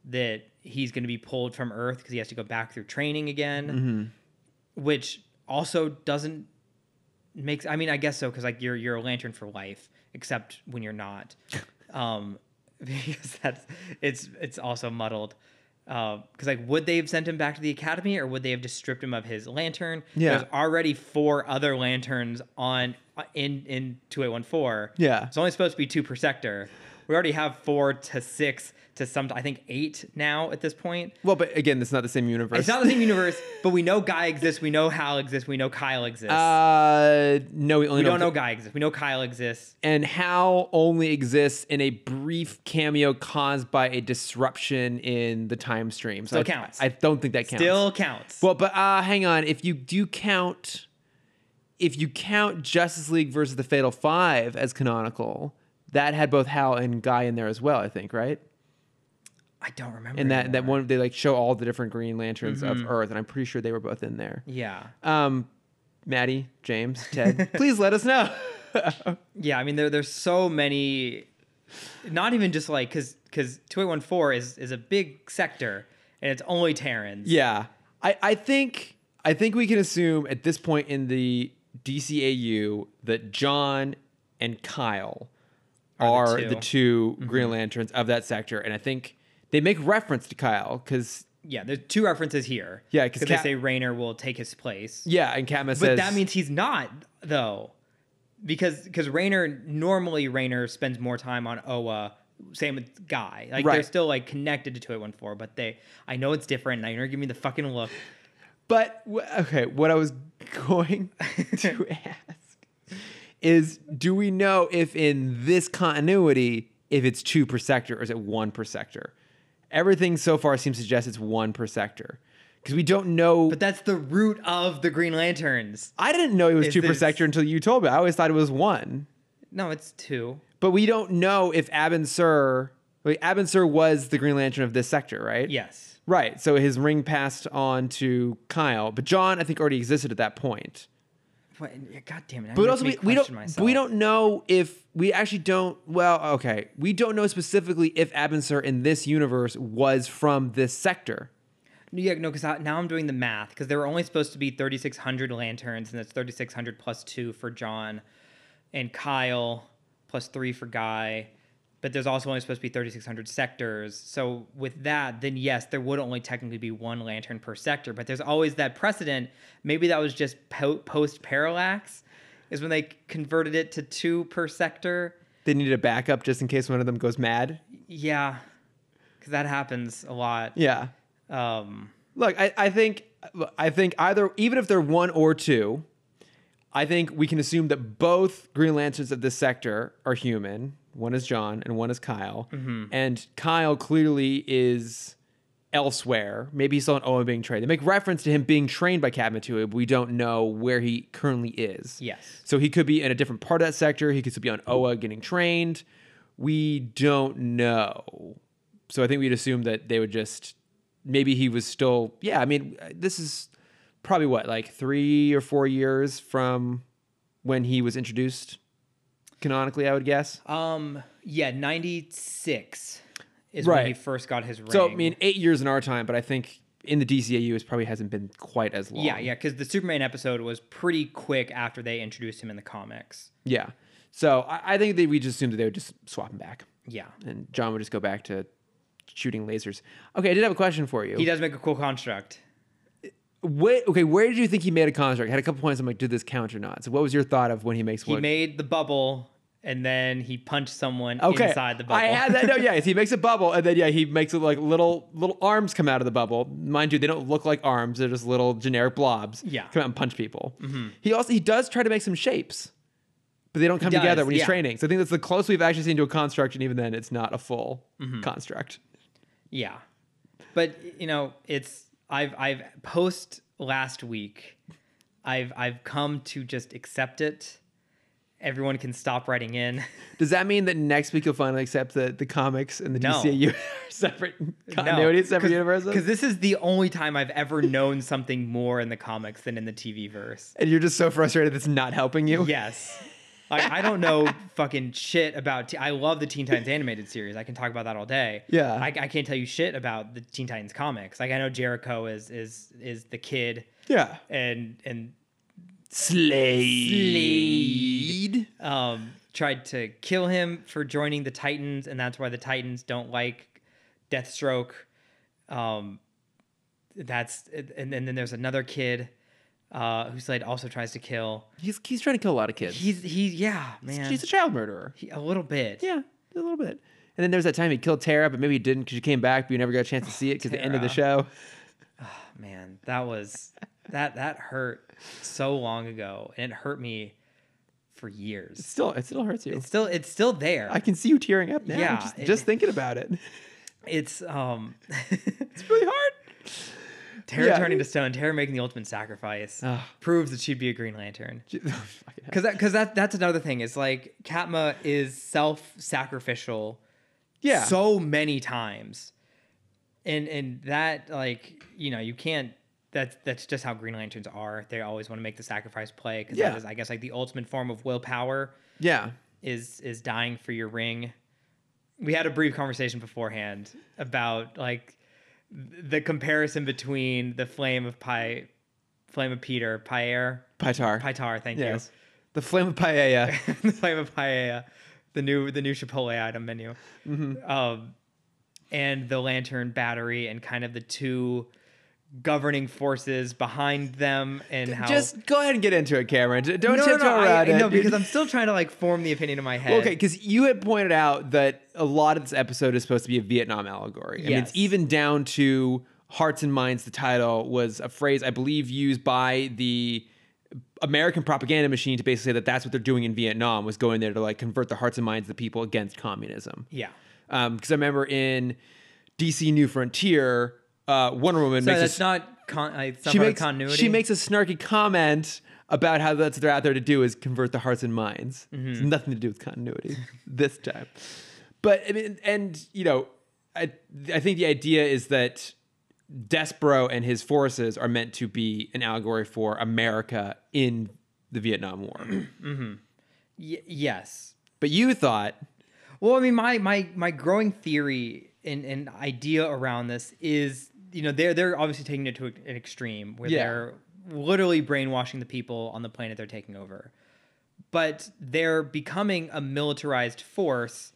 Speaker 2: that he's going to be pulled from Earth because he has to go back through training again, which also doesn't makes I mean I guess so because like you're you're a lantern for life except when you're not, um, because that's it's it's also muddled. Because like, would they have sent him back to the academy, or would they have just stripped him of his lantern?
Speaker 1: Yeah.
Speaker 2: There's already four other lanterns on uh, in in two eight one four.
Speaker 1: Yeah.
Speaker 2: it's only supposed to be two per sector. We already have four to six to some. I think eight now at this point.
Speaker 1: Well, but again, it's not the same universe.
Speaker 2: It's not the same universe, but we know Guy exists. We know Hal exists. We know Kyle exists.
Speaker 1: Uh, no, we only
Speaker 2: we don't know Guy exists. We know Kyle exists.
Speaker 1: and Hal only exists in a brief cameo caused by a disruption in the time stream. So
Speaker 2: Still
Speaker 1: I-
Speaker 2: counts.
Speaker 1: I, don't think that counts.
Speaker 2: Still counts.
Speaker 1: Well, but uh, hang on. If you do count, if you count Justice League versus the Fatal Five as canonical, that had both Hal and Guy in there as well. I think right.
Speaker 2: I don't remember.
Speaker 1: And that that
Speaker 2: anymore.
Speaker 1: one they like show all the different Green Lanterns
Speaker 2: Mm-hmm.
Speaker 1: of Earth, and I'm pretty sure they were both in there.
Speaker 2: Yeah.
Speaker 1: Um, Maddie, James, Ted, please let us know.
Speaker 2: Yeah. I mean, there there's so many. Not even just like because because two eight one four is is a big sector and it's only Terrans.
Speaker 1: Yeah. I, I think I think we can assume at this point in the DCAU that John and Kyle
Speaker 2: Are
Speaker 1: are,
Speaker 2: the
Speaker 1: the two,
Speaker 2: two. Mm-hmm.
Speaker 1: Green Lanterns of that sector. And I think they make reference to Kyle because
Speaker 2: Yeah. There's two references here.
Speaker 1: Yeah, 'cause
Speaker 2: they
Speaker 1: Cat-
Speaker 2: say Rayner will take his place.
Speaker 1: yeah, and Katma
Speaker 2: But
Speaker 1: says
Speaker 2: that means he's not though, because because Rayner normally Rayner spends more time on Oa. Same with Guy. Like they're
Speaker 1: Right.
Speaker 2: still like connected to two eight one four, but they I know it's different. And you're giving me the fucking look.
Speaker 1: But wh- okay, what I was going to ask is do we know if in this continuity if it's two per sector or is it one per sector? Everything so far seems to suggest it's one per sector. Because we don't know.
Speaker 2: But that's the root of the Green Lanterns.
Speaker 1: I didn't know it was
Speaker 2: Is
Speaker 1: two per
Speaker 2: this-
Speaker 1: sector until you told me. I always thought it was one.
Speaker 2: No, it's two.
Speaker 1: But we don't know if Abin Sur, like Abin Sur was the Green Lantern of this sector, right?
Speaker 2: Yes.
Speaker 1: Right. So his ring passed on to Kyle, but John, I think, already existed at that point.
Speaker 2: What- God damn it!
Speaker 1: But also, we, we don't we don't know if we actually don't. Well, okay, we don't know specifically if Abensur in this universe was from this sector.
Speaker 2: Yeah, no, because now I'm doing the math because there were only supposed to be 3,600 lanterns, and that's 3,600 plus two for John and Kyle, plus three for Guy. But there's also only supposed to be 3,600 sectors. So with that, then yes, there would only technically be one lantern per sector. But there's always that precedent. Maybe that was just po- post parallax, is when they converted it to two per sector.
Speaker 1: They needed a backup just in case one of them goes mad.
Speaker 2: Yeah, because that happens a lot.
Speaker 1: Yeah.
Speaker 2: Um,
Speaker 1: Look, I, I think I think either even if they're one or two, I think we can assume that both Green Lanterns of this sector are human. One is John and one is Kyle. And Kyle clearly is elsewhere. Maybe he's still on Owen being trained. They make reference to him being trained by Katmatua, but we don't know where he currently is.
Speaker 2: yes.
Speaker 1: So he could be in a different part of that sector. He could still be on Oa getting trained. We don't know. So I think we'd assume that they would just maybe he was still yeah. I mean, this is probably what like three or four years from when he was introduced canonically. I would guess.
Speaker 2: Um, yeah, 96 is when
Speaker 1: Right.
Speaker 2: he first got his ring.
Speaker 1: So I mean, eight years in our time, but I think in the DCAU it probably hasn't been quite as long.
Speaker 2: yeah, yeah, because the Superman episode was pretty quick after they introduced him in the comics.
Speaker 1: yeah. So I, I think that we just assumed that they would just swap him back.
Speaker 2: Yeah.
Speaker 1: and John would just go back to shooting lasers. Okay, I did have a question for you.
Speaker 2: He does make a cool construct.
Speaker 1: Wh- okay, where did you think he made a construct? I had a couple points. I'm like, did this count or not? So, what was your thought of when he makes
Speaker 2: He
Speaker 1: one?
Speaker 2: made the bubble and then he punched someone
Speaker 1: okay,
Speaker 2: inside the bubble.
Speaker 1: I had that. No, yeah, he makes a bubble, and then yeah, he makes it like little little arms come out of the bubble. Mind you, they don't look like arms; they're just little generic blobs.
Speaker 2: Yeah. Mm-hmm.
Speaker 1: come out and punch people. He also he does try to make some shapes, but they don't come together
Speaker 2: does,
Speaker 1: when he's
Speaker 2: yeah.
Speaker 1: training. So I think that's the closest we've actually seen to a construct, and even then, it's not a full
Speaker 2: Mm-hmm.
Speaker 1: construct.
Speaker 2: Yeah. But you know, it's I've I've post last week, I've I've come to just accept it. Everyone can stop writing in.
Speaker 1: Does that mean that next week you'll finally accept that the comics and the
Speaker 2: No.
Speaker 1: DCAU are separate continuity, separate
Speaker 2: Because
Speaker 1: universes?
Speaker 2: this is the only time I've ever known something more in the comics than in the TV verse.
Speaker 1: And you're just so frustrated that's not helping you?
Speaker 2: Yes. Like, I don't know fucking shit about. Te- I love the Teen Titans animated series. I can talk about that all day.
Speaker 1: Yeah.
Speaker 2: I, I can't tell you shit about the Teen Titans comics. Like I know Jericho is is is the kid
Speaker 1: Yeah.
Speaker 2: and and
Speaker 1: Slade. Slade.
Speaker 2: um, tried to kill him for joining the Titans, and that's why the Titans don't like Deathstroke. Um, that's and then, then there's another kid uh, who Slade also tries to kill.
Speaker 1: He's he's trying to kill a lot of kids.
Speaker 2: He's he yeah man
Speaker 1: He's a child murderer.
Speaker 2: He- a little bit
Speaker 1: Yeah, a little bit. And then there's that time he killed Tara, but maybe he didn't because she came back, but you never got a chance to see it because the end of the show.
Speaker 2: man that was that that hurt so long ago and it hurt me for
Speaker 1: It
Speaker 2: years.
Speaker 1: still, it still hurts you.
Speaker 2: It's still it's still there.
Speaker 1: I can see you tearing up now.
Speaker 2: Yeah,
Speaker 1: just,
Speaker 2: it-
Speaker 1: just thinking about it.
Speaker 2: it's um
Speaker 1: It's really hard.
Speaker 2: Tara
Speaker 1: Yeah. Uh.
Speaker 2: turning to stone, Tara making the ultimate sacrifice
Speaker 1: Ugh.
Speaker 2: proves that she'd be a Green Lantern.
Speaker 1: J- fucking hell.
Speaker 2: Because that, cause that, that's another thing. Is like Katma is self sacrificial
Speaker 1: yeah,
Speaker 2: so many times. And and that like, you know, you can't that's that's just how Green Lanterns are. They always want to make the sacrifice play because
Speaker 1: Yeah.
Speaker 2: that is I guess like the ultimate form of willpower
Speaker 1: yeah.
Speaker 2: is is dying for your ring. We had a brief conversation beforehand about like th- the comparison between the flame of Pi flame of Peter, Pierre,
Speaker 1: Pytar.
Speaker 2: Pytar, thank you.
Speaker 1: yes. The flame of Paella.
Speaker 2: the flame of paella, the new the new Chipotle item menu,
Speaker 1: Mm-hmm.
Speaker 2: um, and the lantern battery, and kind of the two governing forces behind them, and how
Speaker 1: Just go ahead and get into it, Cameron. D- Don't
Speaker 2: no, no,
Speaker 1: tiptoe
Speaker 2: no, I,
Speaker 1: around
Speaker 2: I
Speaker 1: it.
Speaker 2: know, because I'm still trying to like form the opinion in my head.
Speaker 1: Well, okay, because you had pointed out that a lot of this episode is supposed to be a Vietnam allegory. I mean, it's
Speaker 2: Yes.
Speaker 1: even down to Hearts and Minds, the title, was a phrase I believe used by the American propaganda machine to basically say that that's what they're doing in Vietnam, was going there to like convert the hearts and minds of the people against communism.
Speaker 2: yeah,
Speaker 1: Because I remember in DC New Frontier, uh, Wonder Woman
Speaker 2: so
Speaker 1: makes a
Speaker 2: that's not con- like, it's not
Speaker 1: she
Speaker 2: part of
Speaker 1: makes,
Speaker 2: continuity.
Speaker 1: She makes a snarky comment about how that's what they're out there to do is convert the hearts and minds. It's nothing to do with continuity this time. But I mean, and you know, I I think the idea is that Despero and his forces are meant to be an allegory for America in the Vietnam War.
Speaker 2: Y- yes,
Speaker 1: but you thought,
Speaker 2: Well, I mean, my my my growing theory and, and idea around this is, you know, they're they're obviously taking it to an extreme where
Speaker 1: Yeah.
Speaker 2: they're literally brainwashing the people on the planet they're taking over, but they're becoming a militarized force,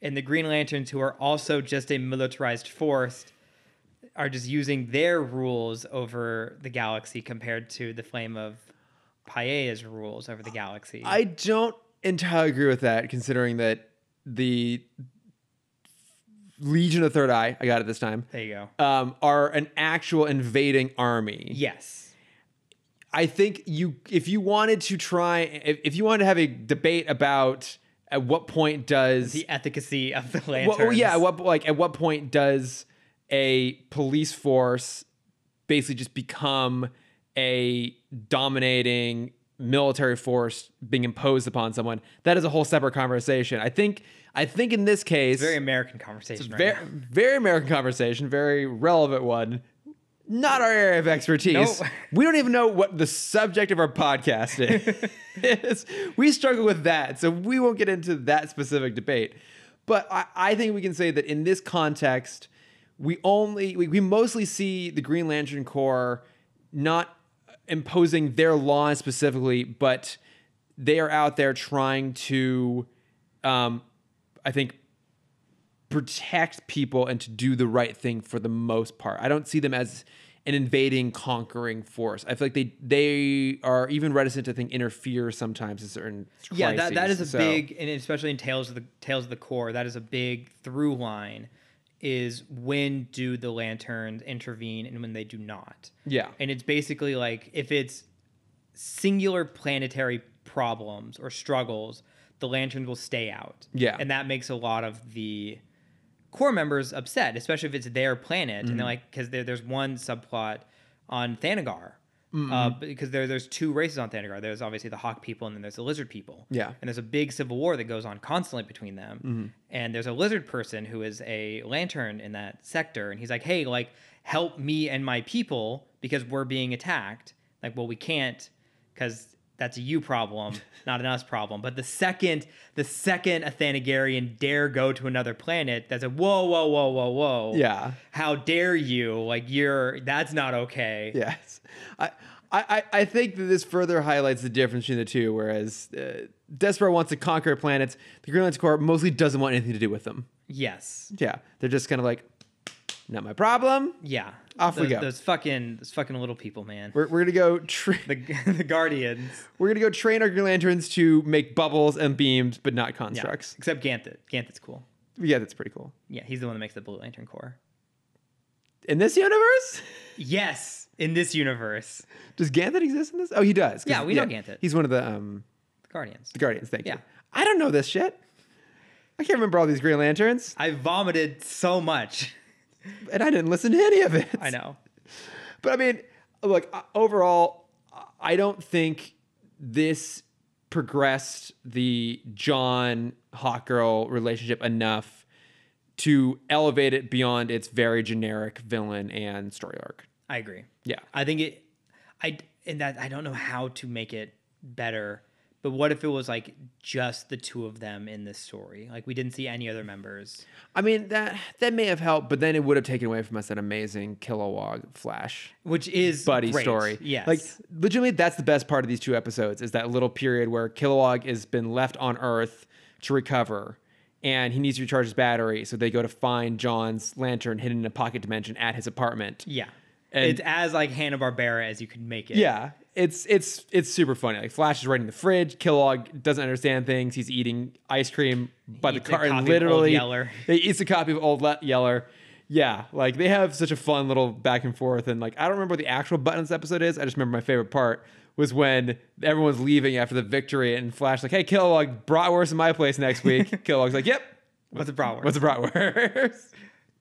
Speaker 2: and the Green Lanterns, who are also just a militarized force, are just using their rules over the galaxy compared to the flame of Paea's rules over the galaxy.
Speaker 1: I don't entirely agree with that, considering that the Legion of Third Eye, I got it this time.
Speaker 2: there you go.
Speaker 1: um, are an actual invading army.
Speaker 2: Yes.
Speaker 1: I think you, if you wanted to try, if, if you wanted to have a debate about at what point does,
Speaker 2: the efficacy of the
Speaker 1: well,
Speaker 2: lanterns.
Speaker 1: well, yeah, at what like at what point does a police force basically just become a dominating military force being imposed upon someone? That is a whole separate conversation. I think, I think in this case,
Speaker 2: very American conversation, right?
Speaker 1: very,
Speaker 2: now.
Speaker 1: very American conversation, very relevant one. Not our area of expertise.
Speaker 2: Nope.
Speaker 1: We don't even know what the subject of our podcast is. we struggle with that, so we won't get into that specific debate. But I, I think we can say that in this context, we only we, we mostly see the Green Lantern Corps not imposing their laws specifically, but they are out there trying to, um, I think, protect people and to do the right thing for the most part. I don't see them as an invading, conquering force. I feel like they they are even reticent to think interfere sometimes in certain crises.
Speaker 2: Yeah, that, that is a
Speaker 1: So-
Speaker 2: big, and especially in Tales of the Tales of the Core, that is a big through line. Is when do the lanterns intervene and when they do not?
Speaker 1: yeah
Speaker 2: And it's basically like if it's singular planetary problems or struggles, the lanterns will stay out.
Speaker 1: Yeah.
Speaker 2: And that makes a lot of the core members upset, especially if it's their planet.
Speaker 1: Mm-hmm.
Speaker 2: And they're like, because there, there's one subplot on Thanagar.
Speaker 1: Mm-hmm.
Speaker 2: Uh, because there, there's two races on Thanagar. There's obviously the Hawk people, and then there's the Lizard people.
Speaker 1: Yeah.
Speaker 2: And there's a big civil war that goes on constantly between them.
Speaker 1: Mm-hmm.
Speaker 2: And there's a lizard person who is a lantern in that sector. And he's like, hey, like, help me and my people because we're being attacked. Like, well, we can't because that's a you problem, not an us problem. But the second, the second a Thanagarian dare go to another planet, that's a whoa, whoa, whoa, whoa, whoa.
Speaker 1: yeah
Speaker 2: How dare you? Like, you're, that's not okay.
Speaker 1: yes. I I, I, I think that this further highlights the difference between the two. Whereas uh, Despero wants to conquer planets, the Green Lantern Corps mostly doesn't want anything to do with them.
Speaker 2: Yes.
Speaker 1: Yeah, they're just kind of like, not my problem.
Speaker 2: Yeah.
Speaker 1: Off we
Speaker 2: Those-
Speaker 1: go.
Speaker 2: Those fucking those fucking little people, man.
Speaker 1: We're, we're gonna go. Tra-
Speaker 2: The the Guardians.
Speaker 1: we're gonna go train our Green Lanterns to make bubbles and beams, but not
Speaker 2: Yeah.
Speaker 1: constructs.
Speaker 2: Except Ganthet. Ganthet's cool.
Speaker 1: Yeah, that's pretty cool.
Speaker 2: Yeah, he's the one that makes the Blue Lantern Corps.
Speaker 1: In this universe,
Speaker 2: Yes, in this universe,
Speaker 1: does Ganthet exist in this? Oh, he does. 'cause-
Speaker 2: Yeah, we know Ganthet.
Speaker 1: He's one of the um
Speaker 2: the Guardians.
Speaker 1: the Guardians. Thank
Speaker 2: Yeah.
Speaker 1: you. I don't know this shit. I can't remember all these Green Lanterns,
Speaker 2: I vomited so much.
Speaker 1: and I didn't listen to any of it.
Speaker 2: I know.
Speaker 1: But I mean, look, uh, overall, I don't think this progressed the John Hawkgirl relationship enough to elevate it beyond its very generic villain and story arc.
Speaker 2: I agree.
Speaker 1: Yeah.
Speaker 2: I think it. I and that I don't know how to make it better. But what if it was like just the two of them in this story? Like we didn't see any other members.
Speaker 1: I mean, that that may have helped, but then it would have taken away from us that amazing Kilowog Flash
Speaker 2: which is
Speaker 1: buddy
Speaker 2: great.
Speaker 1: story.
Speaker 2: Yes,
Speaker 1: Like legitimately that's the best part of these two episodes is that little period where Kilowog has been left on Earth to recover and he needs to recharge his battery, so they go to find John's lantern hidden in a pocket dimension at his apartment.
Speaker 2: yeah,
Speaker 1: and-
Speaker 2: it's as like Hanna Barbera as you could make it.
Speaker 1: Yeah. It's it's it's super funny. Like Flash is writing the fridge, Kilowog doesn't understand things, he's eating ice cream by the
Speaker 2: eats a
Speaker 1: carton
Speaker 2: copy of Old
Speaker 1: literally.
Speaker 2: Yeller.
Speaker 1: He eats a copy of old Le- Yeller. Yeah, like they have such a fun little back and forth, and like I don't remember what the actual button in this episode is. I just remember my favorite part was when everyone's leaving after the victory, and Flash like, "Hey, Kilowog, bratwurst in my place next week." Kilowog's like, "Yep,
Speaker 2: what's a problem?
Speaker 1: what's a bratwurst?"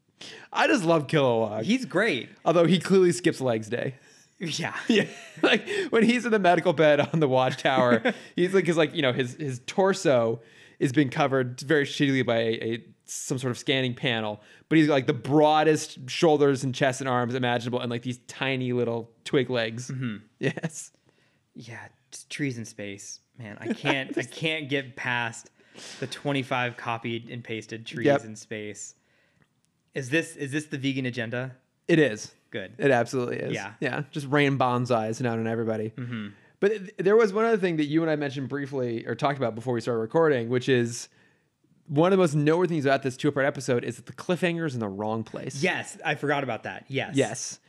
Speaker 1: I just love Kilowog,
Speaker 2: He's great.
Speaker 1: although he clearly skips legs day.
Speaker 2: Yeah,
Speaker 1: Yeah, like when he's in the medical bed on the watchtower, he's like, his like you know his his torso is being covered very shittily by a, a some sort of scanning panel, but he's got, like the broadest shoulders and chest and arms imaginable, and like these tiny little twig legs. Yes,
Speaker 2: yeah. Just trees in space, man. I can't. I can't get past the twenty-five copied and pasted trees
Speaker 1: Yep.
Speaker 2: in space. Is this is this the vegan agenda?
Speaker 1: it is.
Speaker 2: Good.
Speaker 1: It absolutely is.
Speaker 2: Yeah.
Speaker 1: yeah. Just rain bonsais down on everybody. But th- there was one other thing that you and I mentioned briefly or talked about before we started recording, which is. One of the most noteworthy things about this two-part episode is that the cliffhanger is in the wrong place.
Speaker 2: Yes, I forgot about that. Yes.
Speaker 1: Yes.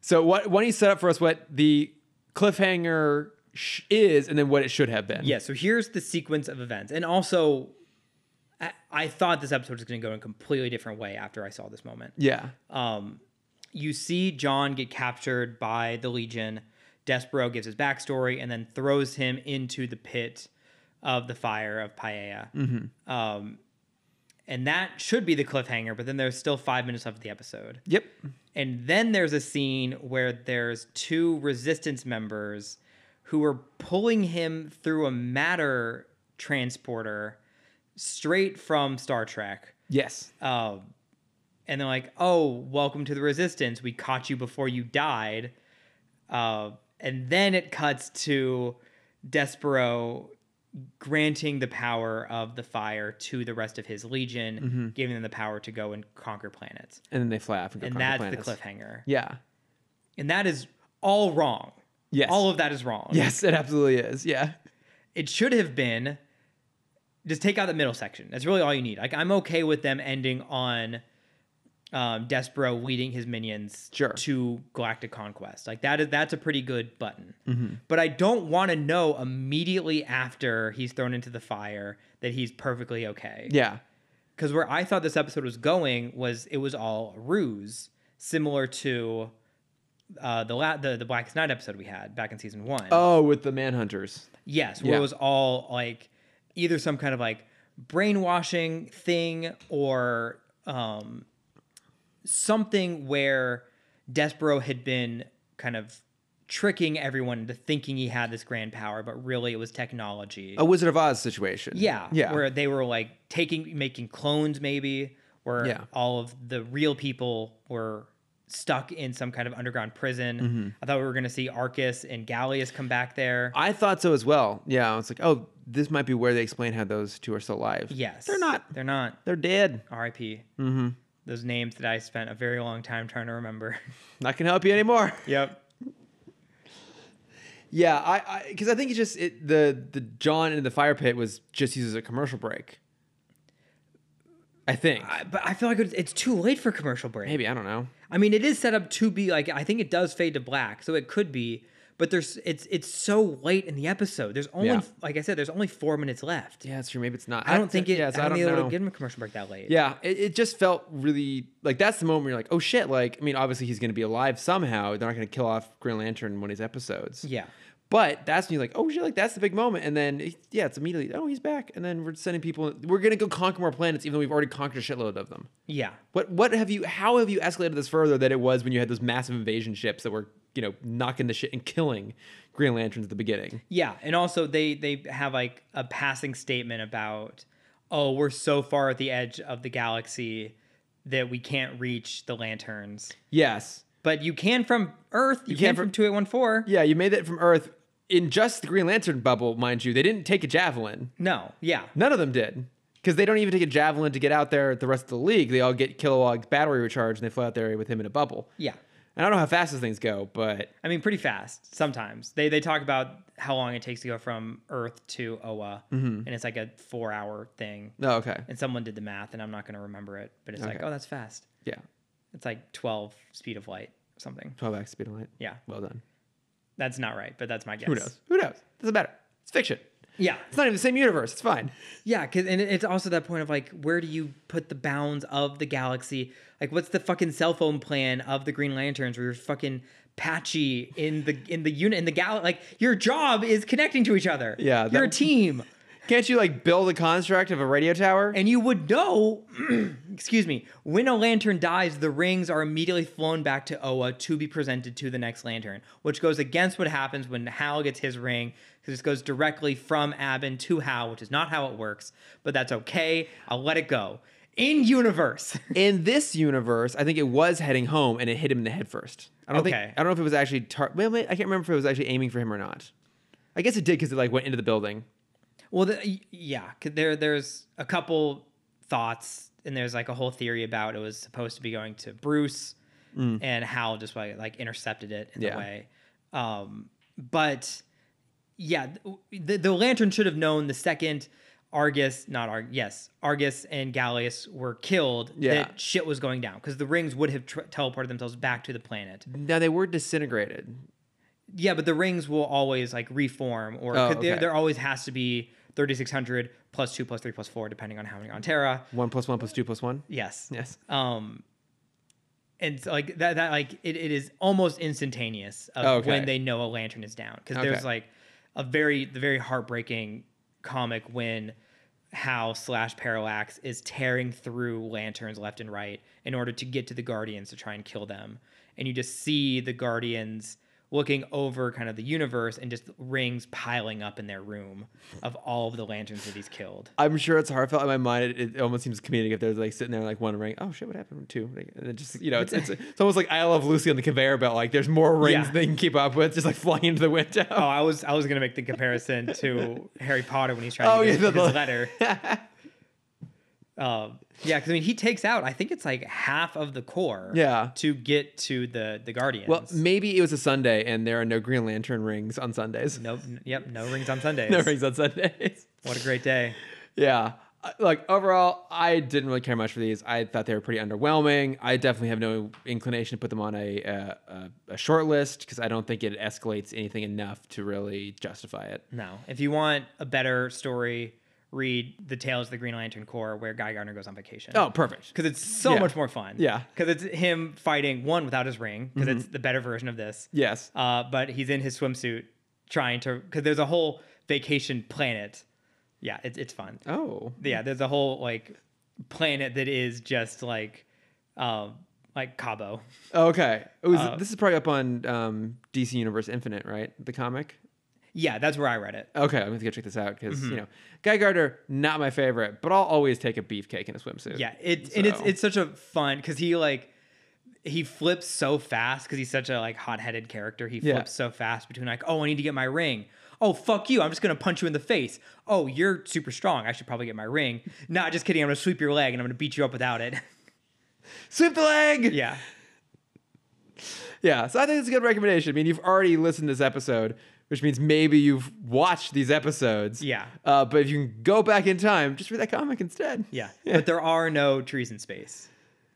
Speaker 1: So what? Why don't you set up for us what the cliffhanger sh- is, and then what it should have been?
Speaker 2: Yeah, so here's the sequence of events. And also, I, I thought this episode was going to go in a completely different way after I saw this moment.
Speaker 1: Yeah.
Speaker 2: Um, you see John get captured by the Legion. Despero gives his backstory and then throws him into the pit of the fire of Paella. Um, and that should be the cliffhanger, but then there's still five minutes left of the episode.
Speaker 1: Yep.
Speaker 2: And then there's a scene where there's two resistance members who are pulling him through a matter transporter straight from Star Trek.
Speaker 1: Yes.
Speaker 2: Um, and they're like, "Oh, welcome to the resistance. We caught you before you died." Uh, and then it cuts to Despero granting the power of the fire to the rest of his legion,
Speaker 1: Mm-hmm.
Speaker 2: giving them the power to go and conquer planets.
Speaker 1: And then they fly off and go
Speaker 2: And
Speaker 1: conquer
Speaker 2: that's
Speaker 1: planets.
Speaker 2: the cliffhanger.
Speaker 1: Yeah.
Speaker 2: And that is all wrong.
Speaker 1: Yes.
Speaker 2: All of that is wrong.
Speaker 1: yes, it absolutely is. Yeah.
Speaker 2: It should have been just take out the middle section. That's really all you need. Like I'm okay with them ending on um Despero leading his minions
Speaker 1: Sure.
Speaker 2: to galactic conquest. Like that is that's a pretty good button.
Speaker 1: Mm-hmm.
Speaker 2: But I don't want to know immediately after he's thrown into the fire that he's perfectly okay.
Speaker 1: Yeah.
Speaker 2: Because where I thought this episode was going was it was all a ruse, similar to uh, the, la- the the Blackest Night episode we had back in season one.
Speaker 1: Oh, with the manhunters.
Speaker 2: yes, where
Speaker 1: yeah.
Speaker 2: it was all like either some kind of like brainwashing thing or um, something where Despero had been kind of tricking everyone into thinking he had this grand power, but really it was technology.
Speaker 1: A Wizard of Oz situation.
Speaker 2: Yeah,
Speaker 1: Oh, Yeah.
Speaker 2: Where they were like taking, making clones, maybe, where
Speaker 1: Yeah.
Speaker 2: all of the real people were stuck in some kind of underground prison. I thought we were going to see Arcus and Gallius come back there.
Speaker 1: Mm-hmm. I thought so as well. Yeah. I was like, oh, this might be where they explain how those two are still alive.
Speaker 2: yes,
Speaker 1: They're not.
Speaker 2: They're not.
Speaker 1: They're dead.
Speaker 2: R.I.P. Mm-hmm. Those names that I spent a very long time trying to remember.
Speaker 1: Not gonna help you anymore.
Speaker 2: yep.
Speaker 1: Yeah, I because I, 'cause I think it's just it, the the John in the fire pit was just used as a commercial break. I think
Speaker 2: I, but I feel like it's- it's too late for commercial break.
Speaker 1: maybe I don't know.
Speaker 2: I mean, it is set up to be like I think it does fade to black, so it could be. But there's it's it's so late in the episode. There's only
Speaker 1: Yeah.
Speaker 2: like I said, there's only four minutes left.
Speaker 1: Yeah, it's true. Maybe it's not.
Speaker 2: I don't think it.
Speaker 1: Yeah, so
Speaker 2: I don't, think they
Speaker 1: know.
Speaker 2: would give him a commercial break that late.
Speaker 1: Yeah, it, it just felt really like that's the moment where you're like, oh shit! Like, I mean, obviously he's gonna be alive somehow. They're not gonna kill off Green Lantern in one of these episodes.
Speaker 2: Yeah.
Speaker 1: But that's when you're like, oh shit! Like that's the big moment, and then it- yeah, it's immediately oh he's back, and then we're sending people. We're gonna go conquer more planets, even though we've already conquered a shitload of them.
Speaker 2: Yeah.
Speaker 1: What what have you? How have you escalated this further than it was when you had those massive invasion ships that were you know knocking the shit and killing Green Lanterns at the beginning?
Speaker 2: Yeah. And also they they have like a passing statement about oh, we're so far at the edge of the galaxy that we can't reach the lanterns.
Speaker 1: Yes.
Speaker 2: But you can from Earth. You,
Speaker 1: can
Speaker 2: can,
Speaker 1: from-
Speaker 2: from 2814.
Speaker 1: Yeah, you made that from Earth in just the Green Lantern bubble, mind you. They didn't take a javelin.
Speaker 2: No. Yeah.
Speaker 1: None of them did. Because they don't even take a javelin to get out there at the rest of the league. They all get Kilowog battery recharged and they fly out there with him in a bubble.
Speaker 2: Yeah.
Speaker 1: And I don't know how fast those things go, but
Speaker 2: I mean, pretty fast sometimes. They they talk about how long it takes to go from Earth to Oa,
Speaker 1: Mm-hmm.
Speaker 2: and it's like a four hour thing.
Speaker 1: no, oh, okay.
Speaker 2: And someone did the math, and I'm not going to remember it, but it's like,
Speaker 1: Okay.
Speaker 2: oh, that's fast.
Speaker 1: Yeah.
Speaker 2: It's like 12 speed of light, or something.
Speaker 1: 12 x speed of light.
Speaker 2: Yeah,
Speaker 1: Well done.
Speaker 2: that's not right, but that's my guess.
Speaker 1: Who knows? Who knows? Doesn't matter. It's fiction.
Speaker 2: Yeah,
Speaker 1: It's not even the same universe. It's fine.
Speaker 2: yeah, 'cause- and it- it's also that point of like, where do you put the bounds of the galaxy? Like, what's the fucking cell phone plan of the Green Lanterns? Where you're fucking patchy in the in the unit in the galaxy. Like, your job is connecting to each other.
Speaker 1: Yeah,
Speaker 2: you're a
Speaker 1: that-
Speaker 2: team.
Speaker 1: Can't you like build a construct of a radio tower?
Speaker 2: and you would know excuse me when a lantern dies the rings are immediately flown back to oa to be presented to the next lantern which goes against what happens when hal gets his ring because it goes directly from abin to hal which is not how it works but that's okay i'll let it go in universe
Speaker 1: in this universe, I think it was heading home and it hit him in the head first. I don't
Speaker 2: Okay.
Speaker 1: think I don't know if it was actually tar- wait, wait, I can't remember if it was actually aiming for him or not. I guess it did because it like went into the building.
Speaker 2: Well, the, y- yeah, 'cause there there's a couple thoughts, and there's like a whole theory about it was supposed to be going to Bruce, and Hal just like, like intercepted it in
Speaker 1: Mm. Yeah.
Speaker 2: a way. Um, but yeah, th- the, the lantern should have known the second Argus, not Argus, yes, Argus and Gallius were killed.
Speaker 1: Yeah.
Speaker 2: that shit was going down because the rings would have tr teleported themselves back to the planet.
Speaker 1: Now they were disintegrated.
Speaker 2: Yeah, but the rings will always like reform, or
Speaker 1: Oh,
Speaker 2: 'cause there,
Speaker 1: okay.
Speaker 2: there always has to be 3600 plus 2 plus 3 plus 4, depending on how many on Terra.
Speaker 1: One plus one plus two plus one.
Speaker 2: Yes.
Speaker 1: Yes.
Speaker 2: Um, and so, like that, that like it, it is almost instantaneous of
Speaker 1: Oh, Okay.
Speaker 2: when they know a lantern is down because
Speaker 1: Okay.
Speaker 2: there's like a very, the very heartbreaking comic when Hal slash Parallax is tearing through lanterns left and right in order to get to the Guardians to try and kill them, and you just see the Guardians looking over kind of the universe and just rings piling up in their room of all of the lanterns that he's killed.
Speaker 1: I'm sure it's heartfelt in my mind. It, it almost seems comedic if they're like sitting there like one ring. Oh shit, what happened? Two. Like, And then just you know, it's, it's it's almost like I love Lucy on the conveyor belt. Like there's more rings
Speaker 2: Yeah.
Speaker 1: they can keep up with, just like flying into the window.
Speaker 2: Oh, I was I was gonna make the comparison to Harry Potter when he's trying
Speaker 1: Oh,
Speaker 2: to
Speaker 1: yeah,
Speaker 2: get
Speaker 1: the-
Speaker 2: his
Speaker 1: the-
Speaker 2: letter. um, yeah, because I mean he takes out I think it's like half of the core.
Speaker 1: Yeah.
Speaker 2: To get to the the Guardians.
Speaker 1: Well, maybe it was a Sunday and there are no Green Lantern rings on Sundays.
Speaker 2: no, n- yep, no rings on Sundays.
Speaker 1: no rings on Sundays.
Speaker 2: What a great day.
Speaker 1: Yeah. I- Like overall, I didn't really care much for these. I thought they were pretty underwhelming. I definitely have no inclination to put them on a uh, a, a short list because I don't think it escalates anything enough to really justify it.
Speaker 2: No, if you want a better story, read the Tales of the Green Lantern Corps where Guy Gardner goes on vacation.
Speaker 1: Oh, perfect.
Speaker 2: because it's so
Speaker 1: Yeah.
Speaker 2: much more fun.
Speaker 1: Yeah. Mm-hmm.
Speaker 2: because it's him fighting one without his ring because it's the better version of this.
Speaker 1: Yes.
Speaker 2: uh, but he's in his swimsuit trying to because there's a whole vacation planet. Yeah, it's it's fun.
Speaker 1: Oh.
Speaker 2: Yeah, there's a whole like planet that is just like um like Cabo.
Speaker 1: Okay. It was, this is probably up on um, DC Universe Infinite, right? The comic.
Speaker 2: Yeah, that's where I read it.
Speaker 1: Okay, I'm gonna go check this out because you know Guy Gardner, not my favorite, but I'll always take a beefcake in a swimsuit.
Speaker 2: Yeah, it and it's
Speaker 1: So-
Speaker 2: it's such a fun because he like he flips so fast because he's such a like hot-headed character. He
Speaker 1: Yeah.
Speaker 2: flips so fast between like, oh, I need to get my ring. Oh, fuck you! I'm just gonna punch you in the face. Oh, you're super strong. I should probably get my ring. Nah, just kidding. I'm gonna sweep your leg and I'm gonna beat you up without it.
Speaker 1: Sweep the leg.
Speaker 2: yeah.
Speaker 1: Yeah, so I think it's a good recommendation. I mean, you've already listened to this episode, which means maybe you've watched these episodes.
Speaker 2: Yeah.
Speaker 1: Uh, but if you can go back in time, just read that comic instead.
Speaker 2: Yeah. But there are no trees in space.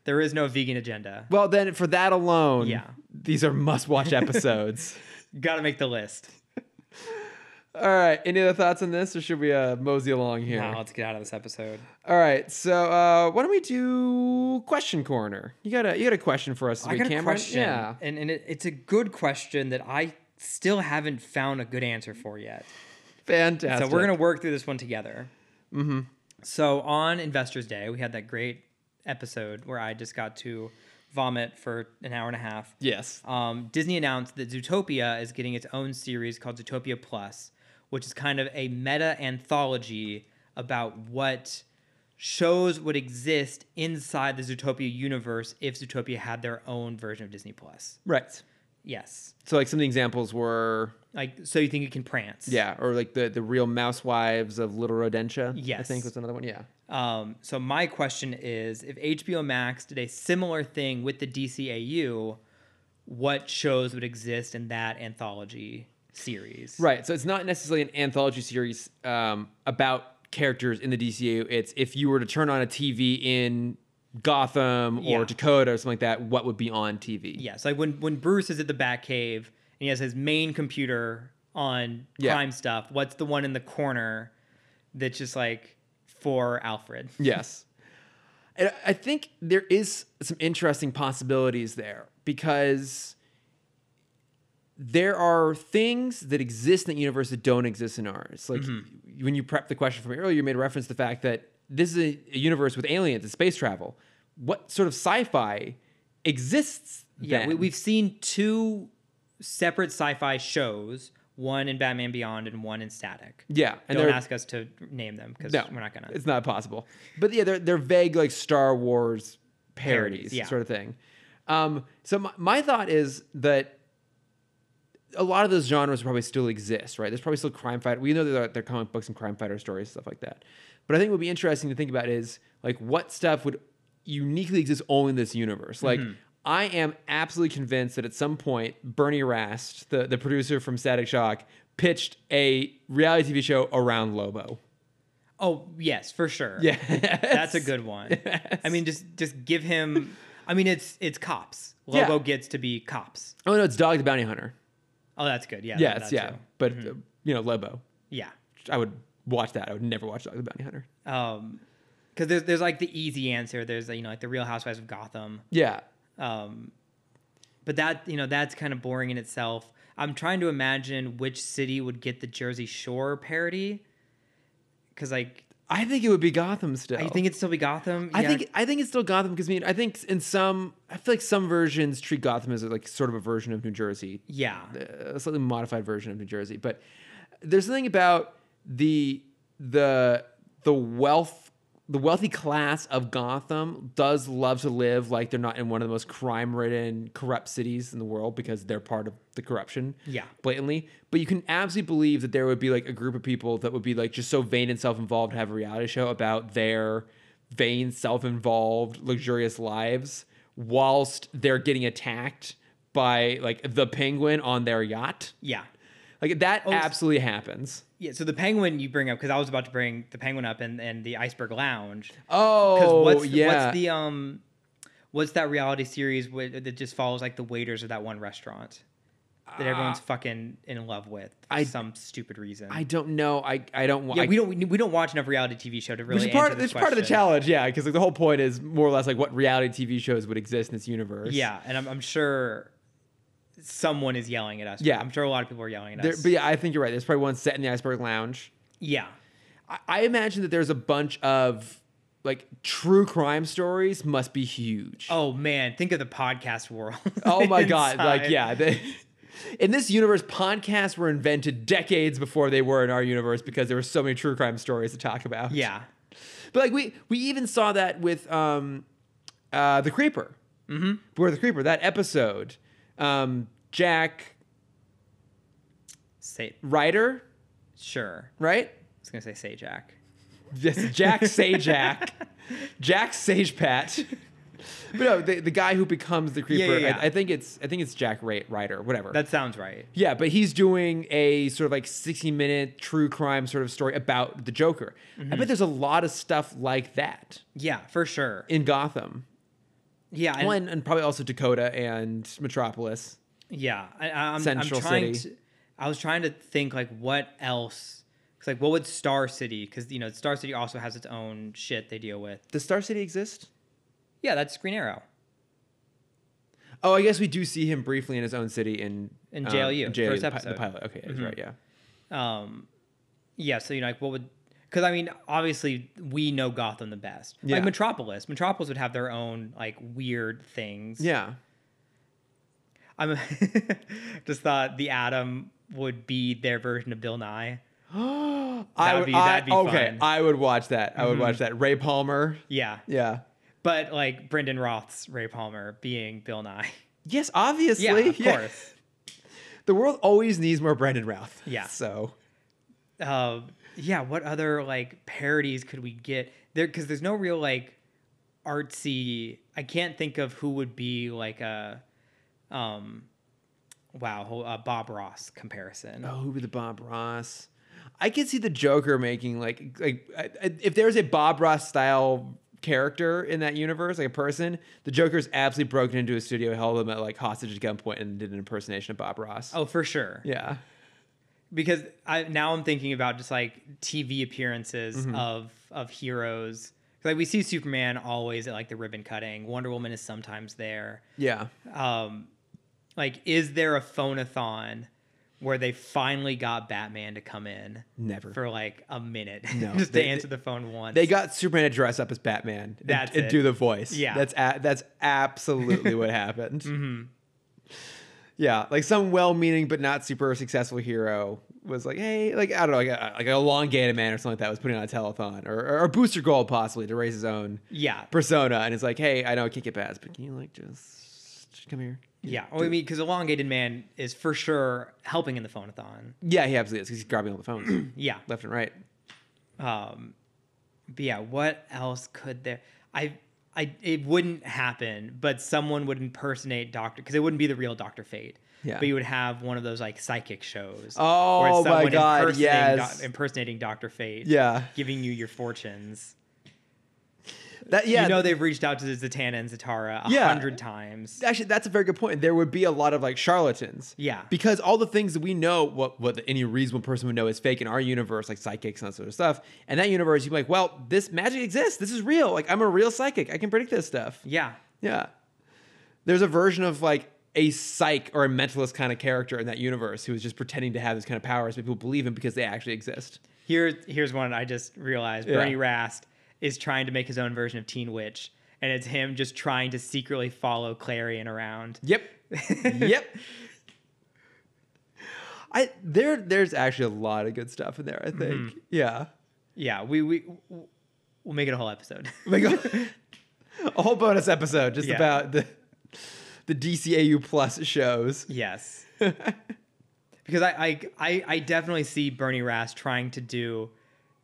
Speaker 2: There is no vegan agenda.
Speaker 1: Well, then for that alone,
Speaker 2: Yeah.
Speaker 1: these are must-watch episodes.
Speaker 2: Got to make the list.
Speaker 1: All right. Any other thoughts on this, or should we uh, mosey along here?
Speaker 2: Now let's get out of this episode.
Speaker 1: All right. So uh, why don't we do question corner? You got a you got a question for us? this
Speaker 2: Oh, I
Speaker 1: week,
Speaker 2: got a
Speaker 1: Cameron?
Speaker 2: question,
Speaker 1: Yeah.
Speaker 2: and and it, it's a good question that I still haven't found a good answer for yet.
Speaker 1: Fantastic.
Speaker 2: So we're gonna work through this one together. Mm-hmm. So on Investors Day, we had that great episode where I just got to vomit for an hour and a half.
Speaker 1: Yes.
Speaker 2: Um, Disney announced that Zootopia is getting its own series called Zootopia Plus, which is kind of a meta anthology about what shows would exist inside the Zootopia universe if Zootopia had their own version of Disney Plus.
Speaker 1: Right.
Speaker 2: Yes.
Speaker 1: So like some of the examples were
Speaker 2: Like so you think you can prance.
Speaker 1: yeah, or like the the real mouse wives of Little Rodentia. I
Speaker 2: Yes.
Speaker 1: think was another one. Yeah.
Speaker 2: Um, so my question is, if HBO Max did a similar thing with the DCAU, what shows would exist in that anthology series?
Speaker 1: Right. So it's not necessarily an anthology series um, about characters in the DCU. It's if you were to turn on a TV in Gotham or
Speaker 2: Yeah.
Speaker 1: Dakota or something like that, what would be on TV?
Speaker 2: Yeah. So like when when Bruce is at the Batcave and he has his main computer on
Speaker 1: Yeah.
Speaker 2: crime stuff, what's the one in the corner that's just like for Alfred?
Speaker 1: Yes. And I think there is some interesting possibilities there because there are things that exist in that universe that don't exist in ours. Like
Speaker 2: Mm-hmm.
Speaker 1: when you prepped the question from earlier, you made reference to the fact that this is a, a universe with aliens and space travel. What sort of sci-fi exists?
Speaker 2: Yeah,
Speaker 1: then?
Speaker 2: we, we've seen two separate sci-fi shows, one in Batman Beyond and one in Static.
Speaker 1: yeah, and
Speaker 2: Don't
Speaker 1: there-
Speaker 2: ask us to name them because
Speaker 1: No,
Speaker 2: we're not gonna.
Speaker 1: It's not possible. But yeah, they're they're vague like Star Wars parodies,
Speaker 2: Parodies, yeah.
Speaker 1: sort of thing. Um, so my, my thought is that a lot of those genres probably still exist, right? There's probably still crime fighter. We know that there are- there are comic books and crime fighter stories, stuff like that. But I think what would be interesting to think about is like what stuff would uniquely exist only in this universe. Like
Speaker 2: Mm-hmm.
Speaker 1: I am absolutely convinced that at some point Bernie Rast, the, the producer from Static Shock, pitched a reality TV show around Lobo.
Speaker 2: Oh yes, for sure.
Speaker 1: Yeah.
Speaker 2: that's a good one. I mean, just just give him. I mean, it's it's cops.
Speaker 1: Yeah.
Speaker 2: Lobo gets to be cops.
Speaker 1: Oh no, it's Dog the Bounty Hunter.
Speaker 2: Oh, that's good. Yeah.
Speaker 1: Yes,
Speaker 2: that's
Speaker 1: yeah,
Speaker 2: true.
Speaker 1: but uh, you know Lobo.
Speaker 2: Yeah.
Speaker 1: I would watch that. I would never watch Dog the Bounty Hunter.
Speaker 2: Um, because there's there's like the easy answer. There's you know like the Real Housewives of Gotham.
Speaker 1: Yeah,
Speaker 2: Um, but that you know that's kind of boring in itself. I'm trying to imagine which city would get the Jersey Shore parody. Because like oh.
Speaker 1: I think it would be Gotham still.
Speaker 2: I think it'd still be Gotham.
Speaker 1: I
Speaker 2: Yeah.
Speaker 1: think I think it's still Gotham because I mean I think in some I feel like some versions treat Gotham as like sort of a version of New Jersey,
Speaker 2: Yeah.
Speaker 1: a slightly modified version of New Jersey. But there's something about the the the wealth the wealthy class of Gotham does love to live like they're not in one of the most crime ridden, corrupt cities in the world because they're part of the corruption.
Speaker 2: Yeah.
Speaker 1: Blatantly. But you can absolutely believe that there would be like a group of people that would be like just so vain and self involved to have a reality show about their vain, self involved, luxurious lives whilst they're getting attacked by like the penguin on their yacht.
Speaker 2: Yeah.
Speaker 1: Like that
Speaker 2: s-
Speaker 1: absolutely happens.
Speaker 2: Yeah, so the penguin you bring up because I was about to bring the penguin up and, and the iceberg lounge.
Speaker 1: Oh,
Speaker 2: what's,
Speaker 1: yeah.
Speaker 2: What's the um, what's that reality series wi- that just follows like the waiters of that one restaurant that everyone's fucking in love with for
Speaker 1: Uh, I-
Speaker 2: some stupid reason?
Speaker 1: I don't know. I I don't want.
Speaker 2: yeah, we don't we, we don't watch enough reality TV show to really.
Speaker 1: Which is part
Speaker 2: answer
Speaker 1: of,
Speaker 2: this
Speaker 1: it's part of the
Speaker 2: question.
Speaker 1: challenge, yeah, because like the whole point is more or less like what reality TV shows would exist in this universe.
Speaker 2: Yeah, and I'm, I'm sure someone is yelling at us.
Speaker 1: Yeah.
Speaker 2: I'm sure a lot of people are yelling at
Speaker 1: There,
Speaker 2: us.
Speaker 1: but yeah, I think you're right. There's probably one set in the Iceberg Lounge.
Speaker 2: yeah,
Speaker 1: I, I imagine that there's a bunch of like true crime stories must be huge.
Speaker 2: oh man, think of the podcast world.
Speaker 1: Oh my god! Like
Speaker 2: Inside.
Speaker 1: yeah, they, in this universe, podcasts were invented decades before they were in our universe because there were so many true crime stories to talk about.
Speaker 2: yeah.
Speaker 1: But like we we even saw that with um uh the creeper. Mm-hmm. Where the creeper, that episode. Um Jack
Speaker 2: Say
Speaker 1: Ryder,
Speaker 2: sure.
Speaker 1: right?
Speaker 2: I was gonna say say Jack.
Speaker 1: Yes, Jack Sajak. Jack Sagepat. But no, the, the guy who becomes the creeper,
Speaker 2: yeah, yeah.
Speaker 1: I, I think it's I think it's Jack Ray, Ryder, whatever.
Speaker 2: That sounds right.
Speaker 1: Yeah, but he's doing a sort of like 60 minute true crime sort of story about the Joker. I bet there's a lot of stuff like that
Speaker 2: Yeah, for sure.
Speaker 1: in Gotham.
Speaker 2: Yeah, and-
Speaker 1: Well, and, and probably also Dakota and Metropolis.
Speaker 2: Yeah, I, I- I'm,
Speaker 1: Central
Speaker 2: I'm trying
Speaker 1: City.
Speaker 2: To, I was trying to think like what else. Cause like what would Star City? Because you know Star City also has its own shit they deal with.
Speaker 1: Does Star City exist?
Speaker 2: Yeah, that's Green Arrow.
Speaker 1: Oh, I guess we do see him briefly in his own city in
Speaker 2: In
Speaker 1: um,
Speaker 2: JLU, first
Speaker 1: the, pi-
Speaker 2: episode.
Speaker 1: the pilot. Okay, that's right. Yeah,
Speaker 2: Um, yeah, so you know like what would? Because I mean, obviously we know Gotham the best.
Speaker 1: Yeah.
Speaker 2: Like Metropolis, Metropolis would have their own like weird things.
Speaker 1: yeah.
Speaker 2: I'm just thought the Atom would be their version of Bill Nye.
Speaker 1: I
Speaker 2: That'd
Speaker 1: would.
Speaker 2: be-
Speaker 1: I,
Speaker 2: that'd be
Speaker 1: okay,
Speaker 2: fun. Mm-hmm.
Speaker 1: I would watch that. I would watch that. Ray Palmer.
Speaker 2: Yeah,
Speaker 1: Yeah.
Speaker 2: but like Brendan Roth's Ray Palmer being Bill Nye.
Speaker 1: Yes, obviously.
Speaker 2: Yeah, of course.
Speaker 1: The world always needs more Brendan Routh.
Speaker 2: Yeah.
Speaker 1: So
Speaker 2: uh, yeah, what other like parodies could we get there? Because there's no real like artsy. I can't think of who would be like a, um, wow, ho- a Bob Ross comparison.
Speaker 1: Oh, who would be the Bob Ross? I could see the Joker making like like I- I- if there's a Bob Ross style character in that universe, like a person, the Joker's absolutely broken into a studio, held them at like hostage at gunpoint, and did an impersonation of Bob Ross.
Speaker 2: Oh, for sure.
Speaker 1: yeah,
Speaker 2: Because I now I'm thinking about just like TV appearances
Speaker 1: Mm-hmm.
Speaker 2: of of heroes. 'Cause, Like we see Superman always at like the ribbon cutting. Wonder Woman is sometimes there.
Speaker 1: yeah.
Speaker 2: um, like is there a phonathon where they finally got Batman to come in
Speaker 1: Never.
Speaker 2: for like a minute
Speaker 1: No,
Speaker 2: just
Speaker 1: they-
Speaker 2: to answer the phone once?
Speaker 1: They got Superman to dress up as Batman and,
Speaker 2: That's
Speaker 1: and
Speaker 2: it.
Speaker 1: do the voice.
Speaker 2: Yeah.
Speaker 1: that's a- that's absolutely what happened.
Speaker 2: Mm-hmm.
Speaker 1: Yeah, like some well-meaning but not super successful hero was like, hey, like I don't know, like a, like an elongated man or something like that was putting on a telethon or or, or Booster Gold possibly to raise his own
Speaker 2: yeah,
Speaker 1: persona, and it's like, hey, I know I can't get past, but can you like just, just come here?
Speaker 2: yeah. Well, I mean, because elongated man is for sure helping in the phonathon.
Speaker 1: Yeah, he absolutely is because he's grabbing all the phones
Speaker 2: Yeah.
Speaker 1: left and right.
Speaker 2: Um, but yeah, what else could there? I. I, it wouldn't happen, but someone would impersonate Doctor because it wouldn't be the real Doctor Fate.
Speaker 1: Yeah.
Speaker 2: But you would have one of those like psychic shows.
Speaker 1: Oh,
Speaker 2: where it's
Speaker 1: my
Speaker 2: someone
Speaker 1: God,
Speaker 2: impersonating
Speaker 1: yes.
Speaker 2: Doc- impersonating Doctor Fate.
Speaker 1: Yeah,
Speaker 2: giving you your fortunes.
Speaker 1: that yeah.
Speaker 2: you know they've reached out to Zatanna and Zatara a
Speaker 1: Yeah.
Speaker 2: hundred times.
Speaker 1: actually that's a very good point there would be a lot of like charlatans
Speaker 2: Yeah.
Speaker 1: because all the things that we know what what any reasonable person would know is fake in our universe like psychics and that sort of stuff and that universe you're like well this magic exists this is real like i'm a real psychic i can predict this stuff
Speaker 2: Yeah,
Speaker 1: yeah there's a version of like a psych or a mentalist kind of character in that universe who is just pretending to have this kind of powers but people believe him because they actually exist
Speaker 2: here here's one I just realized.
Speaker 1: Yeah.
Speaker 2: Bernie Rast is trying to make his own version of Teen Witch, and it's him just trying to secretly follow Clarion around.
Speaker 1: Yep. yep. I there there's actually a lot of good stuff in there, I think. Yeah.
Speaker 2: Yeah, we we we'll make it a whole episode.
Speaker 1: Like a, a whole bonus episode just
Speaker 2: Yeah.
Speaker 1: about the the DCAU plus shows.
Speaker 2: yes, because I I I, I definitely see Bernie Rast trying to do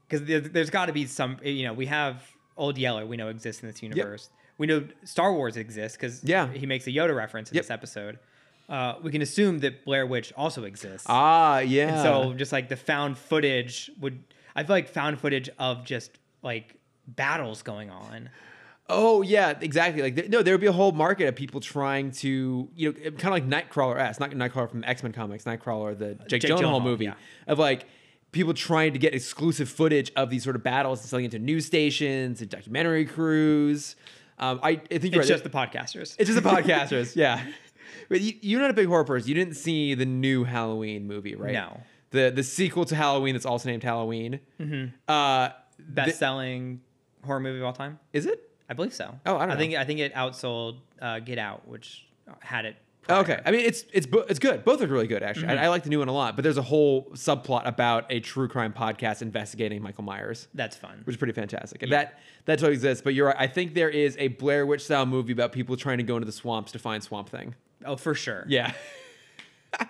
Speaker 2: because there, there's got to be some eh, you know we have Old Yeller we know exists in this universe. We know Star Wars exists because
Speaker 1: Yeah.
Speaker 2: he makes a Yoda reference in
Speaker 1: Yep.
Speaker 2: this episode. Uh, we can assume that Blair Witch also exists.
Speaker 1: Ah, yeah.
Speaker 2: And so just like the found footage would I feel like found footage of just like battles going on.
Speaker 1: oh yeah, exactly. Like there, no, there would be a whole market of people trying to, you know, kind of like Nightcrawler S, not Nightcrawler from X Men comics, Nightcrawler the Jake,
Speaker 2: Jake
Speaker 1: Gyllenhaal
Speaker 2: Gyllenhaal,
Speaker 1: movie
Speaker 2: yeah.
Speaker 1: of like people trying to get exclusive footage of these sort of battles and selling it to news stations and documentary crews. Um, I, I think
Speaker 2: It's
Speaker 1: you're right.
Speaker 2: just the podcasters.
Speaker 1: It's just the podcasters, yeah. But you, you're not a big horror person. You didn't see the new Halloween movie, right?
Speaker 2: No.
Speaker 1: The the sequel to Halloween that's also named Halloween. Uh,
Speaker 2: best selling horror movie of all time.
Speaker 1: is it?
Speaker 2: I believe so.
Speaker 1: Oh, I don't
Speaker 2: I
Speaker 1: know.
Speaker 2: think I think it outsold uh, Get Out, which had it. prior.
Speaker 1: Okay. I Mm-hmm. mean, it's it's bo- it's good. Both are really good, actually. I, I like the new one a lot. But there's a whole subplot about a true crime podcast investigating Michael Myers,
Speaker 2: that's fun.
Speaker 1: which is pretty fantastic. And that that totally exists. But you're right. I think there is a Blair Witch style movie about people trying to go into the swamps to find Swamp Thing.
Speaker 2: Oh, for sure.
Speaker 1: Yeah.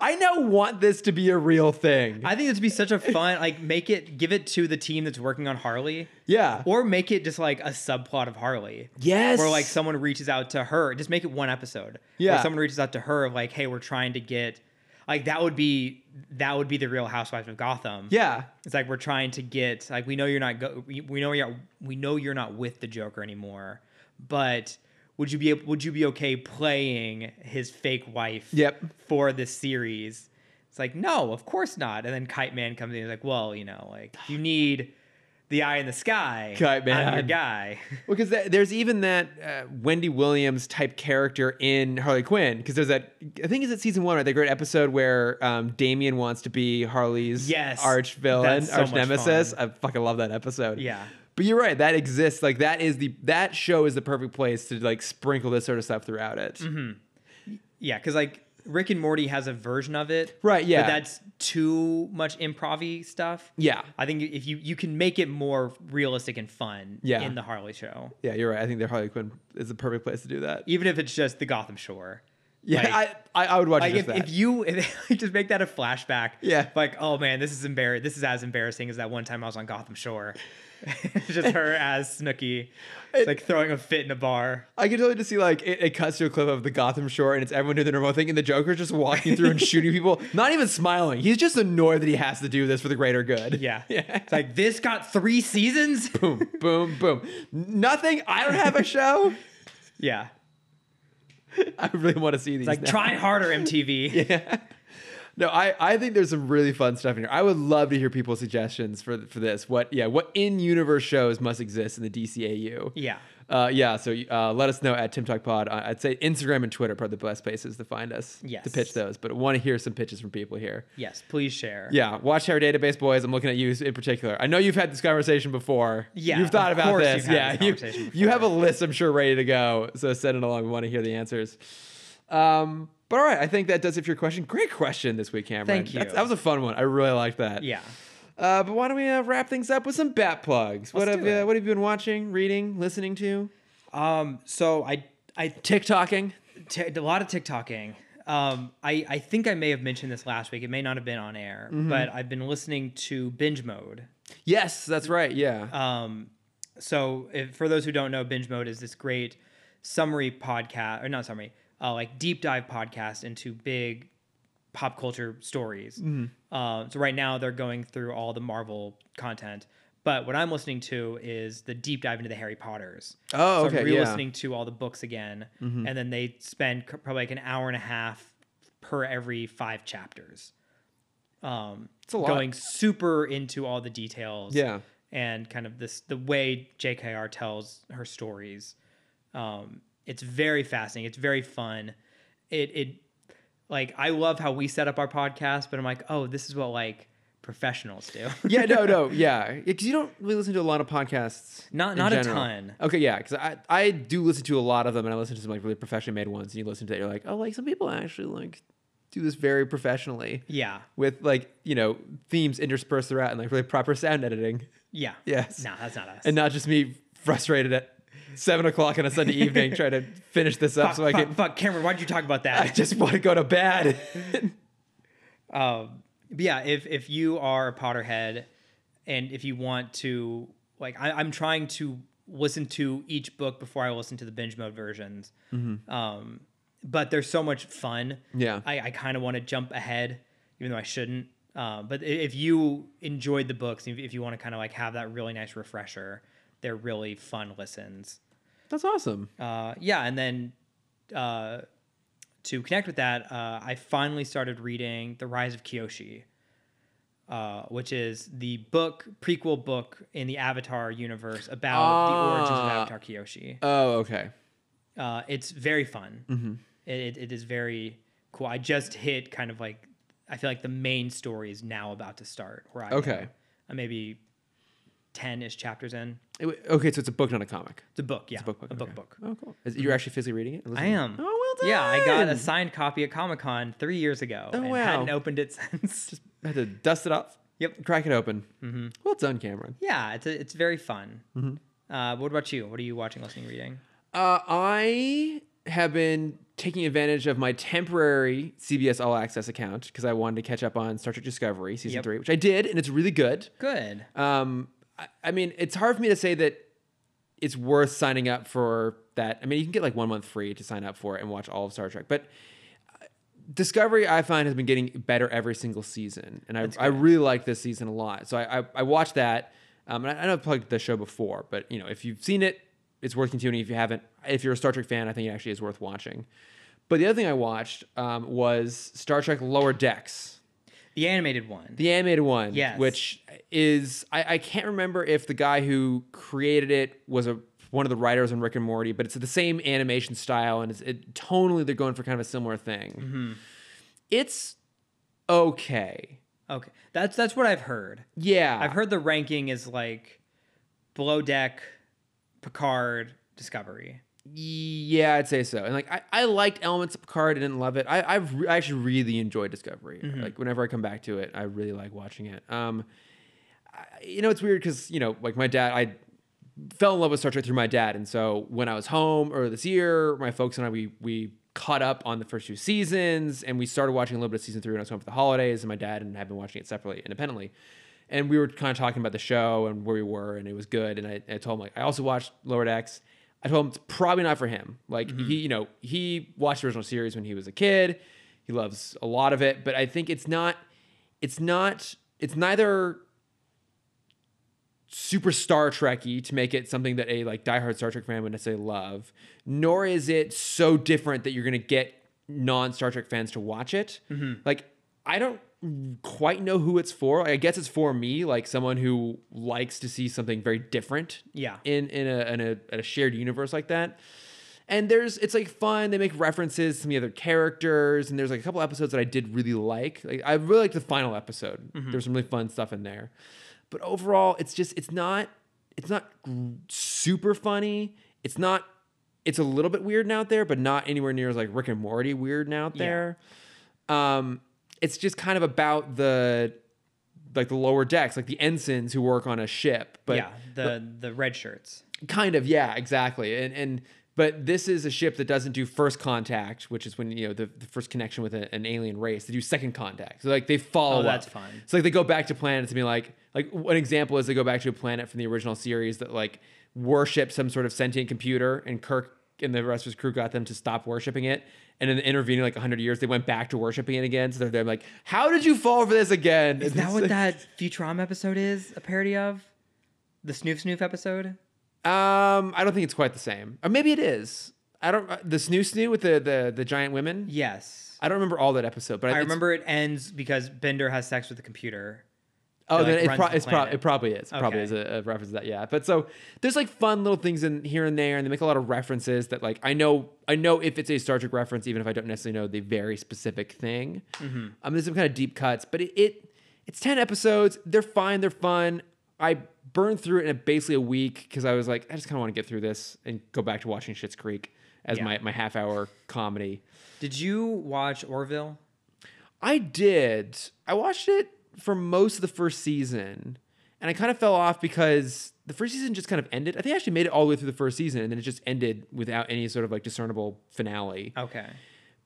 Speaker 1: I now want this to be a real thing.
Speaker 2: I think this would be such a fun like make it give it to the team that's working on Harley.
Speaker 1: yeah.
Speaker 2: Or make it just like a subplot of Harley.
Speaker 1: yes.
Speaker 2: Where like someone reaches out to her. Just make it one episode.
Speaker 1: Yeah.
Speaker 2: Where someone reaches out to her of like, hey, we're trying to get like that would be that would be the real housewives of Gotham.
Speaker 1: Yeah.
Speaker 2: It's like we're trying to get like we know you're not go we we know you're we know you're not with the Joker anymore, but would you be ab- would you be okay playing his fake wife
Speaker 1: Yep.
Speaker 2: for this series? It's like no, of course not. And then Kite Man comes in and is like, well, you know, like you need the eye in the sky.
Speaker 1: Kite
Speaker 2: I'm your
Speaker 1: Man.
Speaker 2: guy.
Speaker 1: Because th- there's even that uh, Wendy Williams type character in Harley Quinn. Because there's that, I think it's at season one, right? That great episode where um, Damien wants to be Harley's
Speaker 2: Yes.
Speaker 1: arch villain,
Speaker 2: That's so
Speaker 1: arch
Speaker 2: much
Speaker 1: nemesis. I fucking love that episode.
Speaker 2: Yeah.
Speaker 1: But you're right. That exists. Like that is the that show is the perfect place to like sprinkle this sort of stuff throughout it.
Speaker 2: Mm-hmm. yeah, because like Rick and Morty has a version of it,
Speaker 1: Right, yeah.
Speaker 2: But that's too much improv-y stuff.
Speaker 1: Yeah.
Speaker 2: I think if you you can make it more realistic and fun
Speaker 1: Yeah.
Speaker 2: in the Harley show,
Speaker 1: Yeah, you're right. I think that Harley Quinn is the perfect place to do that.
Speaker 2: even if it's just the Gotham Shore.
Speaker 1: Yeah,
Speaker 2: Like-
Speaker 1: I, I I would watch
Speaker 2: Like
Speaker 1: it
Speaker 2: if,
Speaker 1: just that.
Speaker 2: if you if you just make that a flashback,
Speaker 1: Yeah.
Speaker 2: Like oh man, this is embarrassing. This is as embarrassing as that one time I was on Gotham Shore. It's just her as Snooki,
Speaker 1: It-
Speaker 2: like throwing a fit in a bar.
Speaker 1: I could totally just see like it, it cuts to a clip of the Gotham Shore and it's everyone doing their normal thing and the Joker's just walking through and shooting people, not even smiling. He's just annoyed that he has to do this for the greater good.
Speaker 2: Yeah,
Speaker 1: yeah.
Speaker 2: It's like this got three seasons.
Speaker 1: boom, boom, boom. Nothing. I don't have a show.
Speaker 2: Yeah,
Speaker 1: I really want to see these.
Speaker 2: like
Speaker 1: now.
Speaker 2: try harder, MTV.
Speaker 1: Yeah. No, I, I think there's some really fun stuff in here. I would love to hear people's suggestions for for this. What yeah, what in universe shows must exist in the DCAU?
Speaker 2: Yeah.
Speaker 1: Uh, yeah, so uh, let us know at Tim Talk Pod. I- I'd say Instagram and Twitter are probably the best places to find us
Speaker 2: Yes.
Speaker 1: to pitch those, but I want to hear some pitches from people here.
Speaker 2: Yes, please share.
Speaker 1: Yeah, watch our database, boys. I'm looking at you in particular. I know you've had this conversation before.
Speaker 2: Yeah,
Speaker 1: you've thought
Speaker 2: of
Speaker 1: about
Speaker 2: course
Speaker 1: this.
Speaker 2: you've had
Speaker 1: yeah,
Speaker 2: this
Speaker 1: you,
Speaker 2: conversation
Speaker 1: you have a
Speaker 2: before.
Speaker 1: list, I'm sure, ready to go. So send it along. We want to hear the answers. Um, but all right, I think that does it for your question. Great question this week, Cameron.
Speaker 2: Thank you.
Speaker 1: That's- that was a fun one. I really like that.
Speaker 2: Yeah.
Speaker 1: Uh, but why don't we uh, wrap things up with some bat plugs? What
Speaker 2: Let's
Speaker 1: have
Speaker 2: do
Speaker 1: uh,
Speaker 2: it.
Speaker 1: what have you been watching, reading, listening to,
Speaker 2: Um. So I I
Speaker 1: TikToking?
Speaker 2: t- a lot of TikToking. Um, I, I think I may have mentioned this last week. It may not have been on air, but I've been listening to Binge Mode.
Speaker 1: Yes, that's right. Yeah.
Speaker 2: Um, so if, for those who don't know, Binge Mode is this great summary podcast, or not summary, uh, like deep dive podcast into big pop culture stories.
Speaker 1: Mm-hmm.
Speaker 2: Uh, so right now they're going through all the Marvel content, but what I'm listening to is the deep dive into the Harry Potters.
Speaker 1: Oh,
Speaker 2: so
Speaker 1: okay, yeah. Mm-hmm.
Speaker 2: I'm re-listening to all the books again, and then they spend c- probably like an hour and a half per every five chapters. Um,
Speaker 1: It's a lot.
Speaker 2: going super into all the details
Speaker 1: Yeah.
Speaker 2: and kind of this the way JKR tells her stories. Um, it's very fascinating. It's very fun. It it like I love how we set up our podcast, but I'm like, oh, this is what like professionals do.
Speaker 1: yeah, no, no, yeah, because you don't really listen to a lot of podcasts.
Speaker 2: Not-
Speaker 1: in
Speaker 2: not a
Speaker 1: general.
Speaker 2: ton.
Speaker 1: Okay, yeah, because I I do listen to a lot of them, and I listen to some like really professionally made ones. And you listen to that, you're like, oh, like some people actually like do this very professionally
Speaker 2: yeah,
Speaker 1: with like you know themes interspersed throughout and like really proper sound editing,
Speaker 2: yeah,
Speaker 1: Yes.
Speaker 2: No, that's not us.
Speaker 1: and not just me frustrated at seven o'clock on a Sunday evening trying to finish this up
Speaker 2: fuck,
Speaker 1: so I
Speaker 2: fuck,
Speaker 1: can.
Speaker 2: fuck, Cameron. Why'd you talk about
Speaker 1: I
Speaker 2: that?
Speaker 1: just want to go to bed.
Speaker 2: Um, but yeah, if if you are a Potterhead, and if you want to, like, I, I'm trying to listen to each book before I listen to the binge mode versions. Um, but there's so much fun.
Speaker 1: Yeah.
Speaker 2: I, I kind of want to jump ahead, even though I shouldn't. Uh, but i- if you enjoyed the books, if, if you want to kind of like have that really nice refresher, they're really fun listens
Speaker 1: That's awesome.
Speaker 2: uh, yeah, and then uh, to connect with that, uh, I finally started reading The Rise of Kyoshi, uh, which is the book prequel book in the Avatar universe about the origins of
Speaker 1: Ah.
Speaker 2: Avatar Kyoshi.
Speaker 1: Oh, okay.
Speaker 2: Uh, it's very fun.
Speaker 1: Mm-hmm.
Speaker 2: It, it, it is very cool. I just hit kind of like I feel like the main story is now about to start. Where I am.
Speaker 1: Okay.
Speaker 2: I'm maybe ten ish chapters in.
Speaker 1: It w- okay, so it's a book, not a comic.
Speaker 2: It's a book, yeah,
Speaker 1: book, book,
Speaker 2: a book
Speaker 1: okay.
Speaker 2: book.
Speaker 1: Oh, cool. Is, you're actually physically reading it?
Speaker 2: I am.
Speaker 1: Oh, well done.
Speaker 2: Yeah, I got a signed copy at Comic Con three years ago
Speaker 1: Oh,
Speaker 2: and
Speaker 1: wow.
Speaker 2: hadn't opened it since.
Speaker 1: had to dust it off.
Speaker 2: Yep.
Speaker 1: Crack it open. Mm-hmm. Well done, Cameron.
Speaker 2: yeah, it's
Speaker 1: Mm-hmm.
Speaker 2: it's very fun. Uh, what about you? What are you watching, listening, reading?
Speaker 1: Uh, I have been taking advantage of my temporary CBS All Access account because I wanted to catch up on Star Trek Discovery season
Speaker 2: Yep.
Speaker 1: three, which I did, and it's really good.
Speaker 2: Good.
Speaker 1: Um, I, I mean, it's hard for me to say that it's worth signing up for that. I mean, you can get like one month free to sign up for it and watch all of Star Trek, but uh, Discovery I find has been getting better every single season, and I, I really like this season a lot. So I I, I watched that. Um, and I, I know I've plugged the show before, but you know, if you've seen it, it's worth continuing. If you haven't, if you're a Star Trek fan, I think it actually is worth watching. But the other thing I watched um, was Star Trek Lower Decks.
Speaker 2: The animated one.
Speaker 1: The animated one,
Speaker 2: Yes.
Speaker 1: which is I, I can't remember if the guy who created it was a one of the writers on Rick and Morty, but it's the same animation style and it's it, tonally they're going for kind of a similar thing.
Speaker 2: Mm-hmm.
Speaker 1: It's okay,
Speaker 2: okay. That's that's what I've heard.
Speaker 1: yeah.
Speaker 2: I've heard the ranking is like below deck, Picard, Discovery.
Speaker 1: Yeah, I'd say so. And like, I, I liked elements of Picard. I didn't love it. I I've re- I actually really enjoyed Discovery.
Speaker 2: Mm-hmm.
Speaker 1: Like, whenever I come back to it, I really like watching it. Um, I, you know, it's weird because you know, like my dad, I fell in love with Star Trek through my dad, and so when I was home earlier this year, my folks and I we we caught up on the first two seasons, and we started watching a little bit of season three when I was home for the holidays, and my dad and I have been watching it separately, independently. And we were kind of talking about the show and where we were, and it was good. And I, I told him like I also watched Lower Decks. I told him it's probably not for him. Like he, you know, he watched the original series when he was a kid. He loves a lot of it, but I think it's not. It's not. It's neither super Star Trekky to make it something that a like diehard Star Trek fan would necessarily love, nor is it so different that you're gonna get non Star Trek fans to watch it. Like I don't quite know who it's for. I guess it's for me, like someone who likes to see something very different
Speaker 2: Yeah.
Speaker 1: in in a in a, in a shared universe like that. And there's it's like fun. They make references to the other characters, and there's like a couple episodes that I did really like. Like I really liked the final episode.
Speaker 2: Mm-hmm.
Speaker 1: There's some really fun stuff in there, but overall, it's just it's not it's not gr- super funny. It's not it's a little bit weird and out there, but not anywhere near as like Rick and Morty weird and out
Speaker 2: Yeah.
Speaker 1: there. Um, it's just kind of about the like the lower decks, like the ensigns who work on a ship, but
Speaker 2: yeah. The the red shirts.
Speaker 1: kind of yeah exactly and and but this is a ship that doesn't do first contact which is when you know the, the first connection with a- an alien race they do second contact so like they follow
Speaker 2: Oh, that's
Speaker 1: up.
Speaker 2: fun.
Speaker 1: so like they go back to planets and be like like one example is they go back to a planet from the original series that like worships some sort of sentient computer and kirk and the rest of his crew got them to stop worshiping it and in the intervening like 100 years they went back to worshiping it again so they're, they're like how did you fall for this again
Speaker 2: Is that what that Futurama episode is? A parody of the Snoof Snoof episode.
Speaker 1: Um, I don't think it's quite the same. Or maybe it is. I don't. uh, The snoo snoo with the the the giant women.
Speaker 2: Yes.
Speaker 1: I don't remember all that episode, but
Speaker 2: I
Speaker 1: it's-
Speaker 2: remember it ends because Bender has sex with the computer.
Speaker 1: Oh,
Speaker 2: like,
Speaker 1: then it's,
Speaker 2: runs
Speaker 1: pro-
Speaker 2: the
Speaker 1: it's pro-
Speaker 2: planet.
Speaker 1: it probably is. It Probably
Speaker 2: Okay.
Speaker 1: is a, a reference to that. Yeah. But so there's like fun little things in here and there, and they make a lot of references that like I know I know if it's a Star Trek reference, even if I don't necessarily know the very specific thing.
Speaker 2: Mm-hmm.
Speaker 1: Um, there's some kind of deep cuts, but it, it it's ten episodes. They're fine. They're fun. I burned through it in basically a week because I was like, I just kind of want to get through this and go back to watching Schitt's Creek as
Speaker 2: Yeah.
Speaker 1: my my half hour comedy.
Speaker 2: Did you watch Orville?
Speaker 1: I did. I watched it for most of the first season, and I kind of fell off because the first season just kind of ended. I think I actually made it all the way through the first season, and then it just ended without any sort of like discernible finale.
Speaker 2: Okay.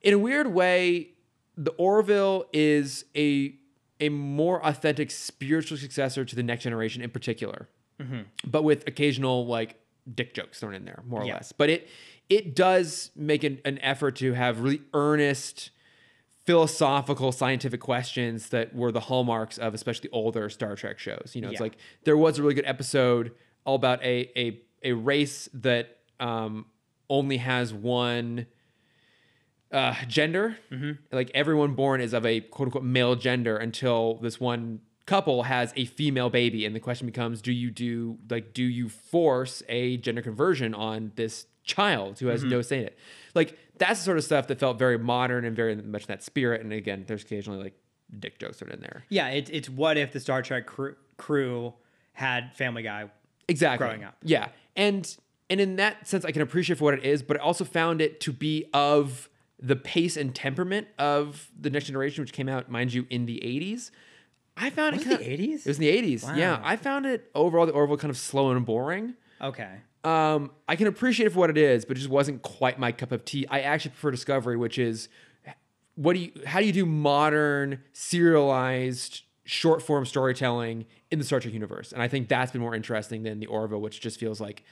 Speaker 1: In a weird way, the Orville is a a more authentic spiritual successor to the Next Generation in particular,
Speaker 2: Mm-hmm.
Speaker 1: but with occasional like dick jokes thrown in there, more or
Speaker 2: Yeah.
Speaker 1: less. But it it does make an, an effort to have really earnest philosophical scientific questions that were the hallmarks of especially older Star Trek shows. You know, it's
Speaker 2: Yeah.
Speaker 1: like there was a really good episode all about a a a race that um, only has one uh, gender. Like everyone born is of a quote unquote male gender until this one couple has a female baby, and the question becomes: Do you do like do you force a gender conversion on this child who has no say in it? Like that's the sort of stuff that felt very modern and very much in that spirit. And again, there's occasionally like dick jokes thrown in there.
Speaker 2: Yeah, it's it's what if the Star Trek crew, crew had Family Guy?
Speaker 1: exactly
Speaker 2: growing up.
Speaker 1: yeah and and in that sense i can appreciate for what it is but i also found it to be of the pace and temperament of the next generation which came out mind you in the 80s i found
Speaker 2: Was
Speaker 1: it
Speaker 2: it the
Speaker 1: kinda-
Speaker 2: 80s?
Speaker 1: it was in the 80s yeah
Speaker 2: Wow.
Speaker 1: i found it overall the orville kind of slow and boring
Speaker 2: Okay.
Speaker 1: Um, I can appreciate it for what it is, but it just wasn't quite my cup of tea. I actually prefer Discovery, which is what do you how do you do modern serialized short form storytelling in the Star Trek universe? And I think that's been more interesting than the Orville, which just feels like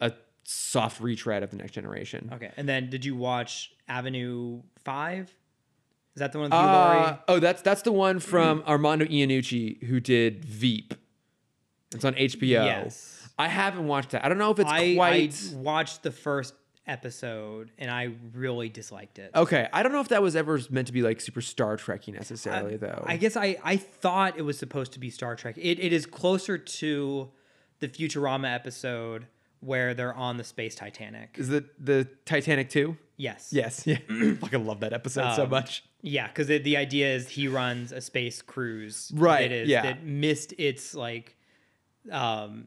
Speaker 1: a soft retread of the Next Generation.
Speaker 2: Okay. And then did you watch Avenue Five? Is that the one with Hugh
Speaker 1: Uh,
Speaker 2: Laurie?
Speaker 1: oh, that's that's the one from Armando Iannucci who did Veep. It's on HBO.
Speaker 2: Yes.
Speaker 1: I haven't watched that. I don't know if it's
Speaker 2: I,
Speaker 1: quite.
Speaker 2: I watched the first episode and I really disliked it.
Speaker 1: Okay, I don't know if that was ever meant to be like super Star Trekky necessarily, though.
Speaker 2: I guess I, I thought it was supposed to be Star Trek. It, it is closer to the Futurama episode where they're on the space Titanic.
Speaker 1: is the the Titanic two?
Speaker 2: Yes.
Speaker 1: Yes, yeah. Fucking love that episode so
Speaker 2: Um,
Speaker 1: much.
Speaker 2: Yeah, because the idea is he runs a space cruise.
Speaker 1: Right,
Speaker 2: That is
Speaker 1: yeah.
Speaker 2: that missed its like, um,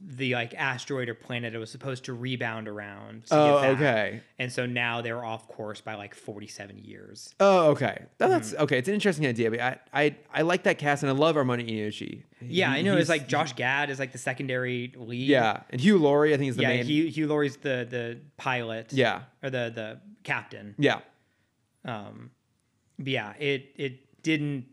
Speaker 2: the like asteroid or planet it was supposed to rebound around. to get
Speaker 1: Oh,
Speaker 2: back.
Speaker 1: okay.
Speaker 2: And so now they're off course by like forty-seven years.
Speaker 1: Oh, okay. That- that's okay. It's an interesting idea, but I I, I like that cast and I love Armando Iannucci.
Speaker 2: Yeah,
Speaker 1: He-
Speaker 2: I know. It's
Speaker 1: he's-
Speaker 2: like Josh Gad is like the secondary lead.
Speaker 1: yeah, and Hugh Laurie I think is the
Speaker 2: yeah.
Speaker 1: main.
Speaker 2: Hugh, Hugh Laurie's the the pilot.
Speaker 1: yeah,
Speaker 2: or the the captain.
Speaker 1: yeah.
Speaker 2: Um, but yeah, it it didn't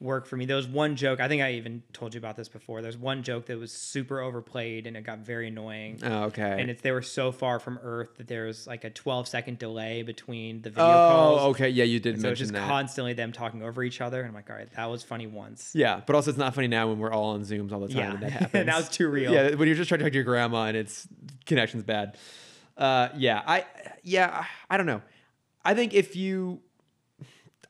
Speaker 2: work for me. There was one joke. I think I even told you about this before. There's one joke that was super overplayed and it got very annoying.
Speaker 1: Oh, okay.
Speaker 2: And it's they were so far from Earth that there was like a 12 second delay between the video
Speaker 1: oh,
Speaker 2: calls.
Speaker 1: okay. Yeah, you did
Speaker 2: So it's
Speaker 1: mention
Speaker 2: just
Speaker 1: that.
Speaker 2: constantly them talking over each other. And I'm like, all right, that was funny once.
Speaker 1: yeah, but also it's not funny now when we're all on Zooms all the time and that
Speaker 2: Yeah,
Speaker 1: happens.
Speaker 2: and that was too real.
Speaker 1: Yeah, when you're just trying to talk to your grandma and it's connection's bad. Uh, yeah, I yeah, I I don't know. I think if you,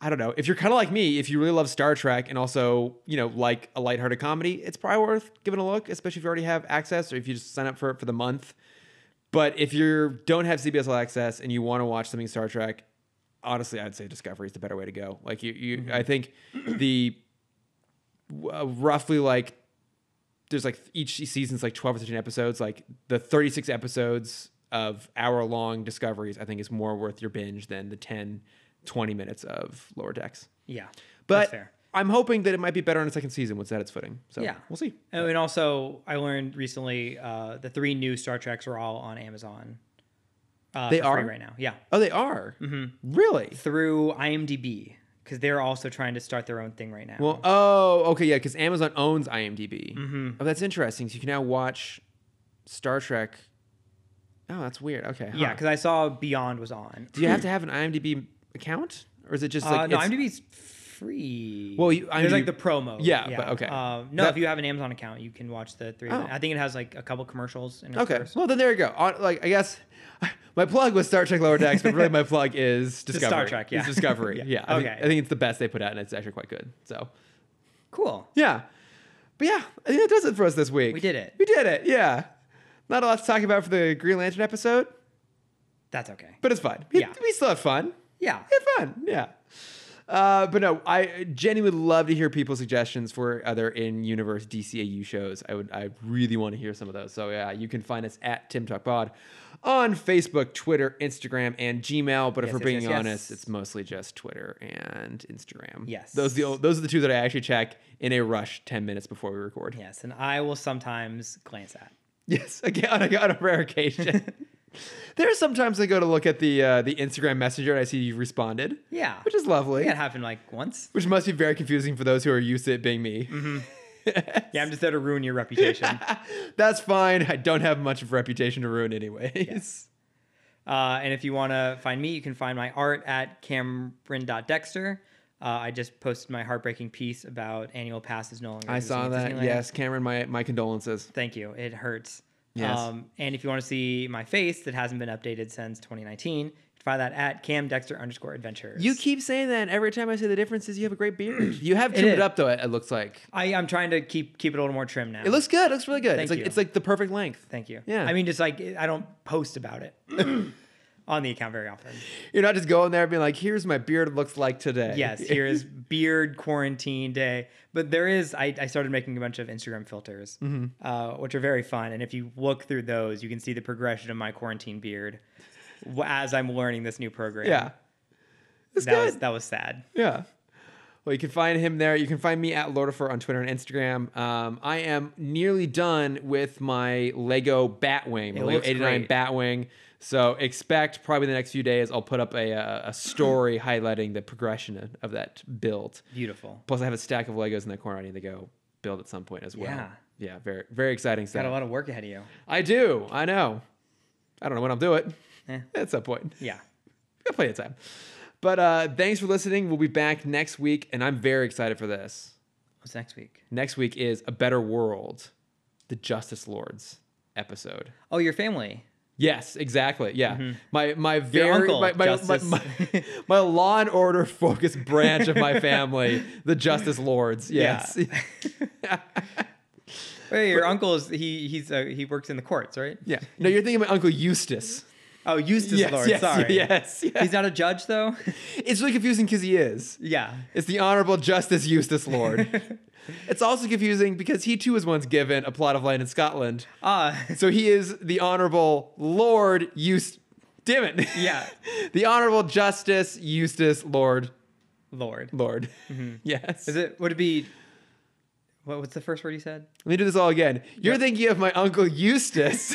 Speaker 1: I don't know, if you're kind of like me, if you really love Star Trek and also you know like a lighthearted comedy, it's probably worth giving a look, especially if you already have access or if you just sign up for it for the month. But if you don't have CBS All Access and you want to watch something Star Trek, honestly, I'd say Discovery is the better way to go. Like you, you
Speaker 2: Mm-hmm.
Speaker 1: I think the uh, roughly like there's like each season's like 12 or 13 episodes like the 36 episodes of hour long discoveries i think is more worth your binge than the 10 20 minutes of lower decks
Speaker 2: Yeah.
Speaker 1: but
Speaker 2: that's fair.
Speaker 1: i'm hoping that it might be better on a second season once that its footing so
Speaker 2: Yeah.
Speaker 1: we'll see
Speaker 2: Oh, and also, I learned recently uh, the three new Star Treks are all on Amazon. Uh,
Speaker 1: They
Speaker 2: for free
Speaker 1: are?
Speaker 2: right now. Yeah,
Speaker 1: oh they are
Speaker 2: Mm-hmm.
Speaker 1: really
Speaker 2: through IMDb because they're also trying to start their own thing right now.
Speaker 1: well oh okay yeah because amazon owns imdb
Speaker 2: Mm-hmm.
Speaker 1: oh that's interesting so you can now watch star trek oh that's weird okay
Speaker 2: yeah,
Speaker 1: huh.
Speaker 2: because I saw Beyond was on.
Speaker 1: do you have to have an imdb account or is it just like
Speaker 2: uh, no,
Speaker 1: it's-
Speaker 2: IMDb's free.
Speaker 1: Well, you- IMDb
Speaker 2: there's like the promo.
Speaker 1: Yeah, but okay.
Speaker 2: Um, no,
Speaker 1: That-
Speaker 2: if you have an Amazon account, you can watch the three. of them.
Speaker 1: Oh.
Speaker 2: I think it has like a couple commercials. In its
Speaker 1: Okay.
Speaker 2: first-
Speaker 1: Well, then there you go. On, like, I guess my plug was Star Trek Lower Decks, but really my plug is Discovery.
Speaker 2: Star Trek, yeah.
Speaker 1: It's Discovery.
Speaker 2: Yeah.
Speaker 1: yeah. I think,
Speaker 2: Okay.
Speaker 1: I think it's the best they put out, and it's actually quite good. So,
Speaker 2: Cool.
Speaker 1: yeah. But yeah, I think that does it for us this week.
Speaker 2: We did it.
Speaker 1: We did it. Yeah. Not a lot to talk about for the Green Lantern episode,
Speaker 2: That's okay.
Speaker 1: but it's fun. We-
Speaker 2: Yeah.
Speaker 1: We still have fun.
Speaker 2: Yeah.
Speaker 1: We had fun. Yeah. Uh, but no, I Jenny would love to hear people's suggestions for other in-universe DCAU shows. I would, I really want to hear some of those. So yeah, you can find us at Tim Talk Pod on Facebook, Twitter, Instagram, and Gmail. But if
Speaker 2: Yes,
Speaker 1: we're
Speaker 2: yes,
Speaker 1: being
Speaker 2: yes, yes.
Speaker 1: honest, it's mostly just Twitter and Instagram.
Speaker 2: Yes.
Speaker 1: those the those are the two that I actually check in a rush ten minutes before we record.
Speaker 2: Yes, and I will sometimes glance at.
Speaker 1: Yes, again on a, on a rare occasion. there are sometimes I go to look at the uh, the Instagram messenger and I see you've responded.
Speaker 2: Yeah.
Speaker 1: Which is lovely.
Speaker 2: That happened like once.
Speaker 1: Which must be very confusing for those who are used to it being me.
Speaker 2: Yeah, I'm just there to ruin your reputation.
Speaker 1: That's fine. I don't have much of a reputation to ruin, anyways.
Speaker 2: Uh, and if you want to find me, you can find my art at Cameron.dexter. Uh, I just posted my heartbreaking piece about annual passes no longer.
Speaker 1: I
Speaker 2: existing
Speaker 1: saw
Speaker 2: at
Speaker 1: that.
Speaker 2: Disneyland.
Speaker 1: Yes, Cameron, my, my condolences.
Speaker 2: Thank you. It hurts.
Speaker 1: Yes.
Speaker 2: Um, and if you want to see my face that hasn't been updated since 2019, you can find that at Cam Dexter underscore adventures.
Speaker 1: You keep saying that, and every time I say the difference is you have a great beard. you have
Speaker 2: It
Speaker 1: trimmed it,
Speaker 2: is.
Speaker 1: up, though, it, it looks like.
Speaker 2: I, I'm trying to keep keep it a little more trim now.
Speaker 1: It looks good. It looks really good.
Speaker 2: Thank
Speaker 1: it's like
Speaker 2: you.
Speaker 1: it's like the perfect length.
Speaker 2: Thank you.
Speaker 1: Yeah.
Speaker 2: I mean, just like I don't post about it on the account very often.
Speaker 1: You're not just going there and being like, here's my beard looks like today.
Speaker 2: Yes, here is beard quarantine day. But there is, I, I started making a bunch of Instagram filters,
Speaker 1: Mm-hmm.
Speaker 2: uh, which are very fun. And if you look through those, you can see the progression of my quarantine beard w- as I'm learning this new program.
Speaker 1: yeah. It's
Speaker 2: that
Speaker 1: good.
Speaker 2: was that was sad.
Speaker 1: Yeah. Well, you can find him there. You can find me at Lordifer on Twitter and Instagram. Um, I am nearly done with my Lego Batwing, my
Speaker 2: It
Speaker 1: Lego
Speaker 2: looks
Speaker 1: 89
Speaker 2: great.
Speaker 1: Batwing. So expect probably the next few days I'll put up a, uh, a story highlighting the progression of that build.
Speaker 2: Beautiful.
Speaker 1: Plus, I have a stack of Legos in that corner I need to go build at some point as well.
Speaker 2: Yeah.
Speaker 1: Yeah, very, very exciting
Speaker 2: Got
Speaker 1: stuff.
Speaker 2: a lot of work ahead of you.
Speaker 1: I do. I know. I don't know when I'll do it.
Speaker 2: Eh.
Speaker 1: At some point.
Speaker 2: Yeah.
Speaker 1: Got plenty of time. But uh, thanks for listening. We'll be back next week, and I'm very excited for this.
Speaker 2: What's next week?
Speaker 1: Next week is A Better World, the Justice Lords episode.
Speaker 2: Oh, your family.
Speaker 1: Yes, exactly. Yeah. My my very
Speaker 2: Mm-hmm. uncle,
Speaker 1: my, my, my,
Speaker 2: Justice.
Speaker 1: my, my law and order focused branch of my family, the Justice Lords.
Speaker 2: Yeah.
Speaker 1: Yes.
Speaker 2: Wait, your uncle is he? He's uh, he works in the courts, right?
Speaker 1: yeah. No, you're thinking about Uncle Eustace.
Speaker 2: Oh, Eustace
Speaker 1: yes,
Speaker 2: Lord.
Speaker 1: yes,
Speaker 2: sorry.
Speaker 1: Yes. yes.
Speaker 2: He's not a judge though.
Speaker 1: It's really confusing because he is.
Speaker 2: yeah.
Speaker 1: It's the Honorable Justice Eustace Lord. it's also confusing because he too was once given a plot of land in Scotland.
Speaker 2: Ah.
Speaker 1: So he is the Honorable Lord Eustace. Damn it.
Speaker 2: Yeah.
Speaker 1: the Honorable Justice Eustace Lord.
Speaker 2: Lord.
Speaker 1: Lord. Yes.
Speaker 2: Mm-hmm. Is it? Would it be? What, what's the first word you said?
Speaker 1: Let me do this all again. You're
Speaker 2: Yep.
Speaker 1: thinking of my Uncle Eustace.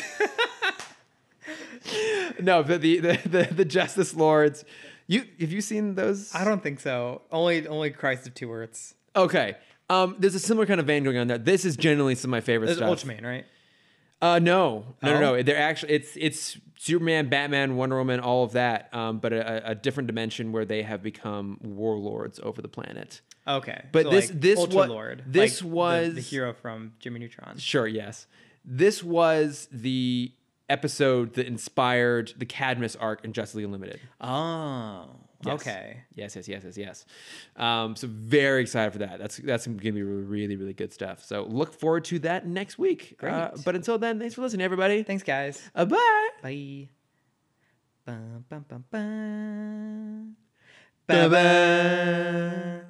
Speaker 1: no, but the, the, the, the Justice Lords. You have you seen those?
Speaker 2: I don't think so. Only only Christ of Two Earths.
Speaker 1: Okay. Um, there's a similar kind of vein going on there. This is generally some of my favorite
Speaker 2: There's
Speaker 1: stuff.
Speaker 2: Ultraman, right?
Speaker 1: Uh, no, no, no,
Speaker 2: Oh?
Speaker 1: no. They're actually it's it's Superman, Batman, Wonder Woman, all of that. Um, but a, a different dimension where they have become warlords over the planet.
Speaker 2: Okay.
Speaker 1: But
Speaker 2: so,
Speaker 1: this-
Speaker 2: like,
Speaker 1: this
Speaker 2: Ultra
Speaker 1: wa-
Speaker 2: Lord.
Speaker 1: this
Speaker 2: like the-
Speaker 1: was-
Speaker 2: the hero from Jimmy Neutron.
Speaker 1: Sure, yes. This was the episode that inspired the Cadmus arc in Justice League Unlimited.
Speaker 2: Oh.
Speaker 1: Yes.
Speaker 2: Okay.
Speaker 1: Yes, yes, yes, yes, yes. Um, so very excited for that. That's that's gonna be really, really, really good stuff. So look forward to that next week. Uh,
Speaker 2: Great.
Speaker 1: but until then, thanks for listening, everybody.
Speaker 2: Thanks, guys.
Speaker 1: Uh, bye.
Speaker 2: Bye. Bum, bum, bum, bum.
Speaker 1: Bye-bye.
Speaker 2: Bye-bye.